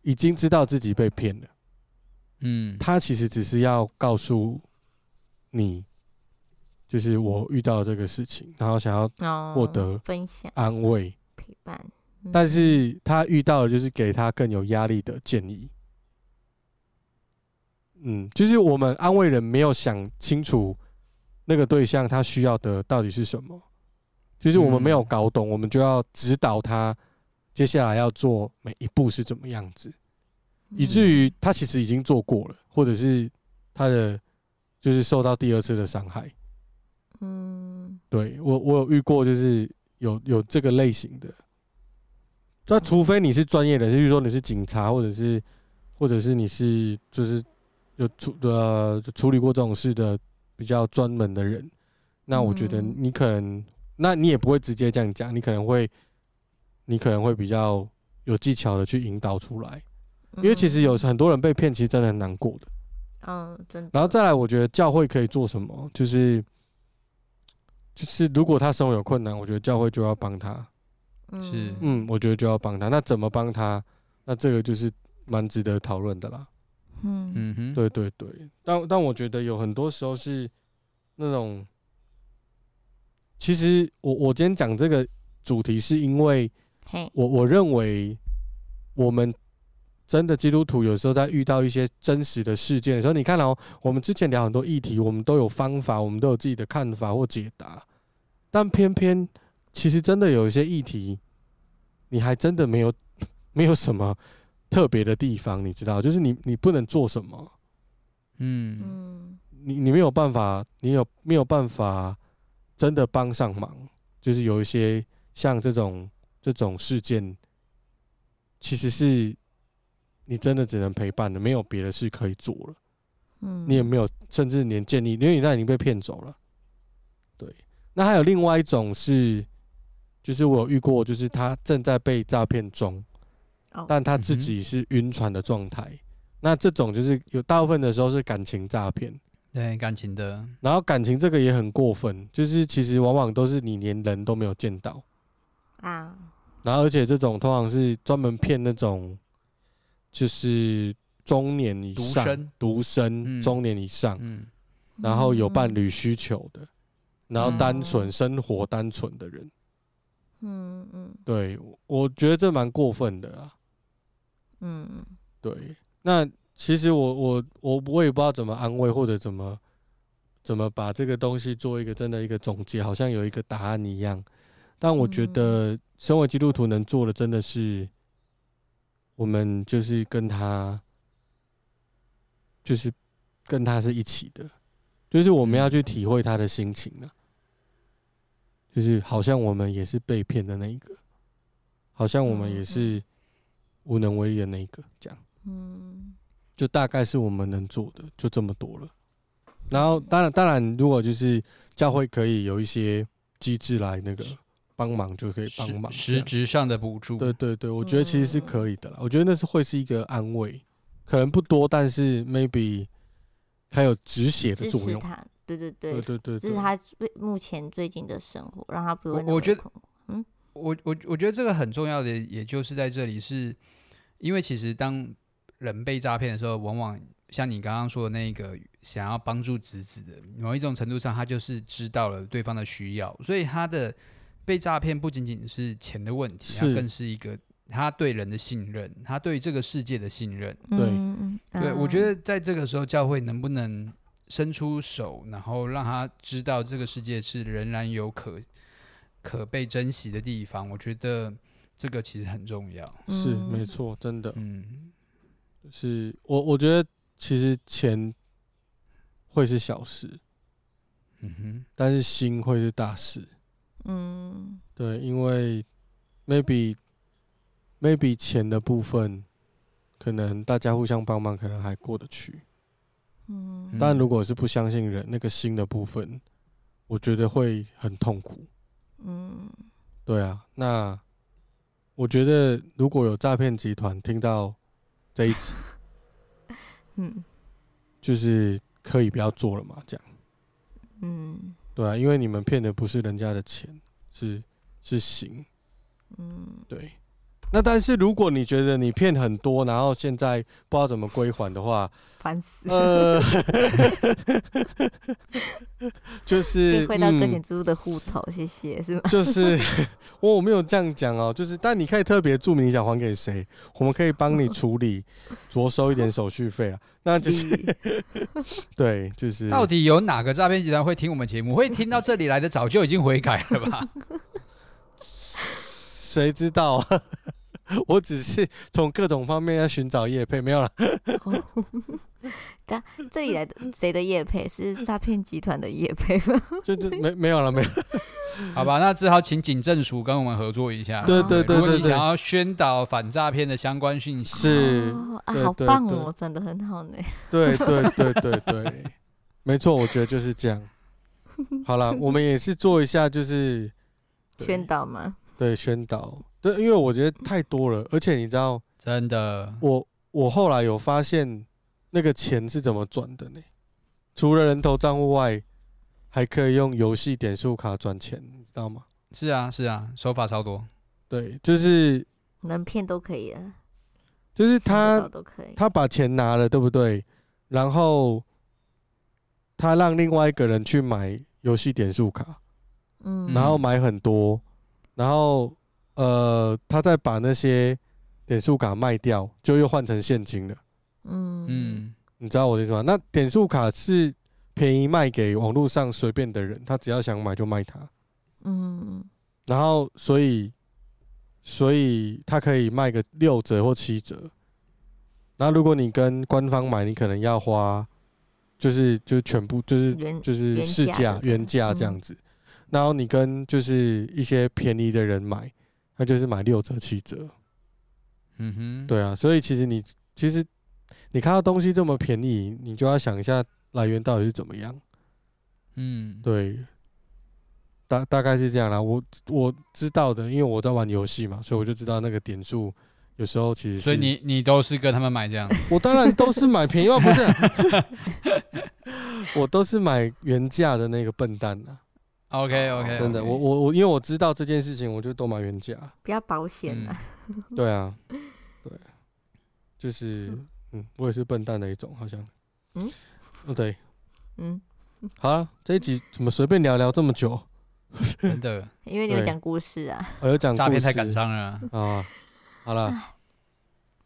Speaker 2: 已经知道自己被骗了，
Speaker 3: 嗯，
Speaker 2: 他其实只是要告诉你，就是我遇到这个事情，然后想要
Speaker 4: 哦，
Speaker 2: 获得
Speaker 4: 分享
Speaker 2: 安慰，
Speaker 4: 陪伴，
Speaker 2: 但
Speaker 4: 嗯
Speaker 2: 是他遇到的就是给他更有压力的建议。嗯，就是我们安慰人没有想清楚那个对象他需要的到底是什么，就是我们没有
Speaker 3: 嗯
Speaker 2: 搞懂，我们就要指导他接下来要做每一步是怎么样子，
Speaker 4: 嗯
Speaker 2: 以至于他其实已经做过了，或者是他的就是受到第二次的伤害。
Speaker 4: 嗯，
Speaker 2: 对我，我有遇过，就是有有这个类型的。那除非你是专业人士，比如说你是警察，或者是或者是你是就是有处呃处理过这种事的比较专门的人，那我觉得
Speaker 4: 嗯
Speaker 2: 你可能，那你也不会直接这样讲，你可能会你可能会比较有技巧的去引导出来，因为其实有很多人被骗，其实真的很难过的。
Speaker 4: 嗯，嗯，真的，
Speaker 2: 然后再来，我觉得教会可以做什么，就是就是如果他生活有困难，我觉得教会就要帮他。
Speaker 3: 是
Speaker 2: 嗯，我觉得就要帮他。那怎么帮他？那这个就是蛮值得讨论的啦。
Speaker 4: 嗯嗯
Speaker 3: 嗯哼，
Speaker 2: 对对对，但但我觉得有很多时候是那种，其实我我今天讲这个主题，是因为
Speaker 4: 嘿，
Speaker 2: 我我认为我们真的基督徒有时候在遇到一些真实的事件的时候，你看哦，我们之前聊很多议题，我们都有方法，我们都有自己的看法或解答，但偏偏其实真的有一些议题，你还真的没有 没有什么特别的地方，你知道，就是你你不能做什么，
Speaker 3: 嗯
Speaker 4: 嗯，
Speaker 2: 你你没有办法，你有没有办法真的帮上忙？就是有一些像这种这种事件，其实是你真的只能陪伴的，没有别的事可以做了。
Speaker 4: 嗯
Speaker 2: 你也没有，甚至连建议，因为你那已经被骗走了。对，那还有另外一种是，就是我有遇过，就是他正在被诈骗中，
Speaker 4: 哦
Speaker 2: 但他自
Speaker 3: 嗯哼
Speaker 2: 己是晕船的状态。那这种就是有大部分的时候是感情诈骗，
Speaker 3: 对感情的，
Speaker 2: 然后感情这个也很过分，就是其实往往都是你连人都没有见到，
Speaker 4: 啊，
Speaker 2: 然后而且这种通常是专门骗那种，就是中年以
Speaker 3: 独
Speaker 2: 上
Speaker 3: 身
Speaker 2: 独生
Speaker 3: 嗯
Speaker 2: 中年以上，
Speaker 3: 嗯
Speaker 2: 然后有
Speaker 4: 嗯
Speaker 2: 伴，侣需求的，然后单
Speaker 3: 嗯
Speaker 2: 纯生活单纯的人，
Speaker 4: 嗯嗯
Speaker 2: 对我我觉得这蛮过分的啊。
Speaker 4: 嗯
Speaker 2: 对，那其实我我我我也不知道怎么安慰或者怎么怎么把这个东西做一个真的一个总结，好像有一个答案一样。但我觉
Speaker 4: 嗯
Speaker 2: 得，身为基督徒能做的真的是，我们就是跟他，就是跟他是一起的，就是我们要
Speaker 4: 嗯
Speaker 2: 去体会他的心情呢、就是好像我们也是被骗的那一个，好像我们
Speaker 4: 嗯
Speaker 2: 也
Speaker 4: 嗯
Speaker 2: 是无能为力的那一个，这样。
Speaker 4: 嗯
Speaker 2: 就大概是我们能做的，就这么多了。然后，当然，当然，如果就是教会可以有一些机制来那个帮忙，就可以帮忙。
Speaker 3: 实实质上的补助，
Speaker 2: 对对对，我觉得其实是可以的啦。我觉得那是会是一个安慰，可能不多，但是 maybe 它有止血的
Speaker 4: 嗯支
Speaker 2: 作
Speaker 4: 持
Speaker 2: 用。
Speaker 4: 他，对对
Speaker 2: 对
Speaker 4: 对，
Speaker 2: 对对，
Speaker 4: 支
Speaker 2: 对
Speaker 4: 持他最目前最近的生活，让他不
Speaker 3: 我
Speaker 4: 会那么
Speaker 3: 我觉得
Speaker 4: 恐
Speaker 3: 我我我觉得这个很重要的，也就是在这里是，因为其实当人被诈骗的时候，往往像你刚刚说的那个想要帮助侄子的，某一种程度上，他就是知道了对方的需要，所以他的被诈骗不仅仅是钱的问题，它
Speaker 2: 是
Speaker 3: 更是一个他对人的信任，他对这个世界的信任。
Speaker 2: 对
Speaker 4: 嗯嗯
Speaker 3: 对，我觉
Speaker 4: 啊
Speaker 3: 得在这个时候，教会能不能伸出手，然后让他知道这个世界是仍然有可可被珍惜的地方？我觉得这个其实很重要。
Speaker 2: 是
Speaker 4: 嗯
Speaker 2: 没错，真的
Speaker 3: 嗯，
Speaker 2: 是我我觉得其实钱会是小事，
Speaker 3: 嗯哼，
Speaker 2: 但是心会是大事。
Speaker 4: 嗯
Speaker 2: 对，因为 maybe maybe 钱的部分，可能大家互相帮忙，可能还过得去。
Speaker 4: 嗯，
Speaker 2: 但如果是不相信人，那个心的部分，我觉得会很痛苦。
Speaker 4: 嗯
Speaker 2: 对啊，那我觉得如果有诈骗集团听到这一集，
Speaker 4: 嗯
Speaker 2: 就是可以不要做了嘛，这样。
Speaker 4: 嗯
Speaker 2: 对啊，因为你们骗的不是人家的钱，是是行。
Speaker 4: 嗯
Speaker 2: 对，那但是如果你觉得你骗很多，然后现在不知道怎么归还的话，
Speaker 4: 烦死，
Speaker 2: 呃， 就是
Speaker 4: 会到搁浅
Speaker 2: 嗯、
Speaker 4: 之屋的户头，谢谢，是吗？
Speaker 2: 就是我我没有这样讲哦，就是但你可以特别注明一下还给谁，我们可以帮你处理，着收一点手续费啊。那就是
Speaker 4: 咦
Speaker 2: 对，就是
Speaker 3: 到底有哪个诈骗集团会听我们节目？会听到这里来的，早就已经悔改了吧？
Speaker 2: 谁知道啊？ 我只是从各种方面要寻找业配，没有啦，
Speaker 4: 哦但这里来的谁的叶配是诈骗集团的叶配吗？
Speaker 2: 就是没没有了，没有。
Speaker 3: 好吧，那只好请警政署跟我们合作一下。
Speaker 2: 对
Speaker 4: 对
Speaker 2: 对
Speaker 3: 啊如果
Speaker 2: 对
Speaker 3: 你
Speaker 2: 对
Speaker 3: 想要宣导反诈骗的相关讯息，
Speaker 2: 是
Speaker 4: 哦啊，
Speaker 2: 对
Speaker 4: 好
Speaker 2: 对
Speaker 4: 棒
Speaker 2: 对
Speaker 4: 哦，转的很好呢。
Speaker 2: 对 对对对对，没错，我觉得就是这样。好了，我们也是做一下，就是对
Speaker 4: 宣导吗？
Speaker 2: 对宣导，对，因为我觉得太多了，而且你知道，
Speaker 3: 真的。
Speaker 2: 我我后来有发现那个钱是怎么转的呢？除了人头账户外，还可以用游戏点数卡转钱，你知道吗？
Speaker 3: 是啊，是啊，手法超多。
Speaker 2: 对，就是
Speaker 4: 能骗都可以啊，
Speaker 2: 就是
Speaker 4: 骗得
Speaker 2: 他
Speaker 4: 到都可以。
Speaker 2: 他把钱拿了，对不对？然后他让另外一个人去买游戏点数卡，
Speaker 4: 嗯，
Speaker 2: 然后买很多，然后呃，他再把那些点数卡卖掉，就又换成现金了。
Speaker 4: 嗯嗯
Speaker 3: 嗯，
Speaker 2: 你知道我的意思吗？那点数卡是便宜卖给网络上随便的人，他只要想买就卖他。
Speaker 4: 嗯
Speaker 2: 然后所以所以他可以卖个六折或七折。那如果你跟官方买，你可能要花就是就是全部就是
Speaker 4: 原
Speaker 2: 就是
Speaker 4: 原
Speaker 2: 市
Speaker 4: 价
Speaker 2: 价
Speaker 4: 的
Speaker 2: 原价这样子，然后你跟就是一些便宜的人买，那就是买六折七折，
Speaker 3: 嗯哼，，
Speaker 2: 对啊，所以其实你其实你看到东西这么便宜，你就要想一下来源到底是怎么样，
Speaker 3: 嗯，
Speaker 2: 对，大大概是这样啦。我我知道的，因为我在玩游戏嘛，所以我就知道那个点数有时候其实是
Speaker 3: 所以你你都是跟他们买这样，
Speaker 2: 我当然都是买便宜啊，不是啊， 我都是买原价的那个笨蛋啊。
Speaker 3: OK OK，
Speaker 2: 哦真的，我我我，因为我知道这件事情，我就都买原价。
Speaker 4: 比较保险
Speaker 3: 嗯
Speaker 4: 啊。
Speaker 2: 对啊，对，就是，嗯，我也是笨蛋的一种，好像。
Speaker 4: 嗯，
Speaker 2: 哦对，
Speaker 4: 嗯，
Speaker 2: 好了，这一集怎么随便聊聊这么久？
Speaker 3: 真的
Speaker 4: 因为你有
Speaker 2: 对
Speaker 4: 讲故事啊。
Speaker 2: 我有讲
Speaker 3: 诈
Speaker 2: 故
Speaker 3: 骗
Speaker 2: 事
Speaker 3: 太感伤了啊，
Speaker 2: 啊。好了，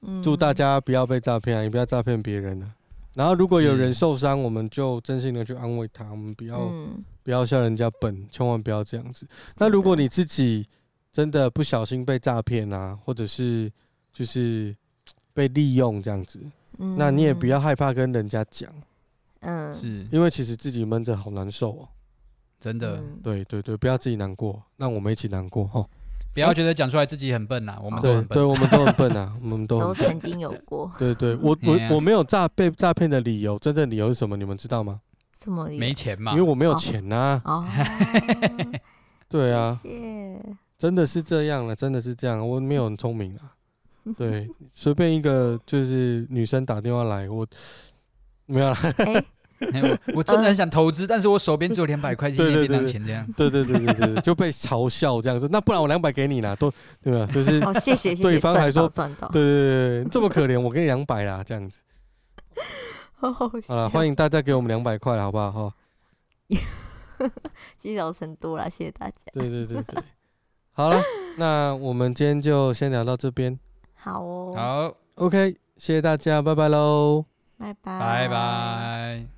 Speaker 4: 嗯，
Speaker 2: 祝大家不要被诈骗啊，也不要诈骗别人啊。然后如果有人
Speaker 3: 是
Speaker 2: 受伤，我们就真心的去安慰他，我们不要、
Speaker 4: 嗯，
Speaker 2: 不要笑人家笨，千万不要这样子。那如果你自己真的不小心被诈骗啊，或者是就是被利用这样子，
Speaker 4: 嗯
Speaker 2: 那你也不要害怕跟人家讲，
Speaker 4: 嗯
Speaker 3: 是
Speaker 2: 因为其实自己闷着好难受哦、
Speaker 3: 真的，
Speaker 4: 嗯
Speaker 2: 对对对，不要自己难过，让我们一起难过哦。
Speaker 3: 不要觉得讲出来自己很笨呐，我们都
Speaker 2: 对
Speaker 3: 很
Speaker 2: 对，
Speaker 3: 笨，
Speaker 2: 我们都很笨啊， 我们都
Speaker 4: 都
Speaker 2: 很笨。
Speaker 4: 曾经有过
Speaker 2: 对对，我
Speaker 3: 哎呀
Speaker 2: 我我没有诈被诈骗的理由，真正理由是什么？你们知道吗？
Speaker 4: 什么理由
Speaker 3: 没钱嘛
Speaker 2: 因为，我没有
Speaker 4: 哦
Speaker 2: 钱呐、啊。
Speaker 4: 哦，
Speaker 2: 对啊，
Speaker 4: 谢谢
Speaker 2: 真的是这样了，真的是这样，我没有很聪明啊。 对，随便一个就是女生打电话来，我没 有啦。
Speaker 4: 哎，
Speaker 3: 哎 我我真的很想投资，但是我手边只有两百 块
Speaker 2: 对
Speaker 3: 钱，
Speaker 2: 对
Speaker 3: 便
Speaker 2: 对
Speaker 3: 当
Speaker 2: 对
Speaker 3: 钱这样，
Speaker 2: 对对对对对，对就被嘲笑这样说。那不然我两百给你啦，都对吧？ 就是
Speaker 4: 哦，谢谢谢谢，
Speaker 2: 对方还说
Speaker 4: 赚到
Speaker 2: 对对对对，这么可怜，我给你两百啦，这样子。
Speaker 4: 赚到，
Speaker 2: 好了， 欢迎大家给我们两百块，好不好？ 哈，
Speaker 4: 积少成多啦，谢谢大家，
Speaker 2: 对对对对，好了，那我们今天就先聊到这边。
Speaker 4: 好哦，
Speaker 3: 好，
Speaker 2: OK，谢谢大家，拜拜喽。
Speaker 4: 拜拜，啊
Speaker 3: 拜。拜。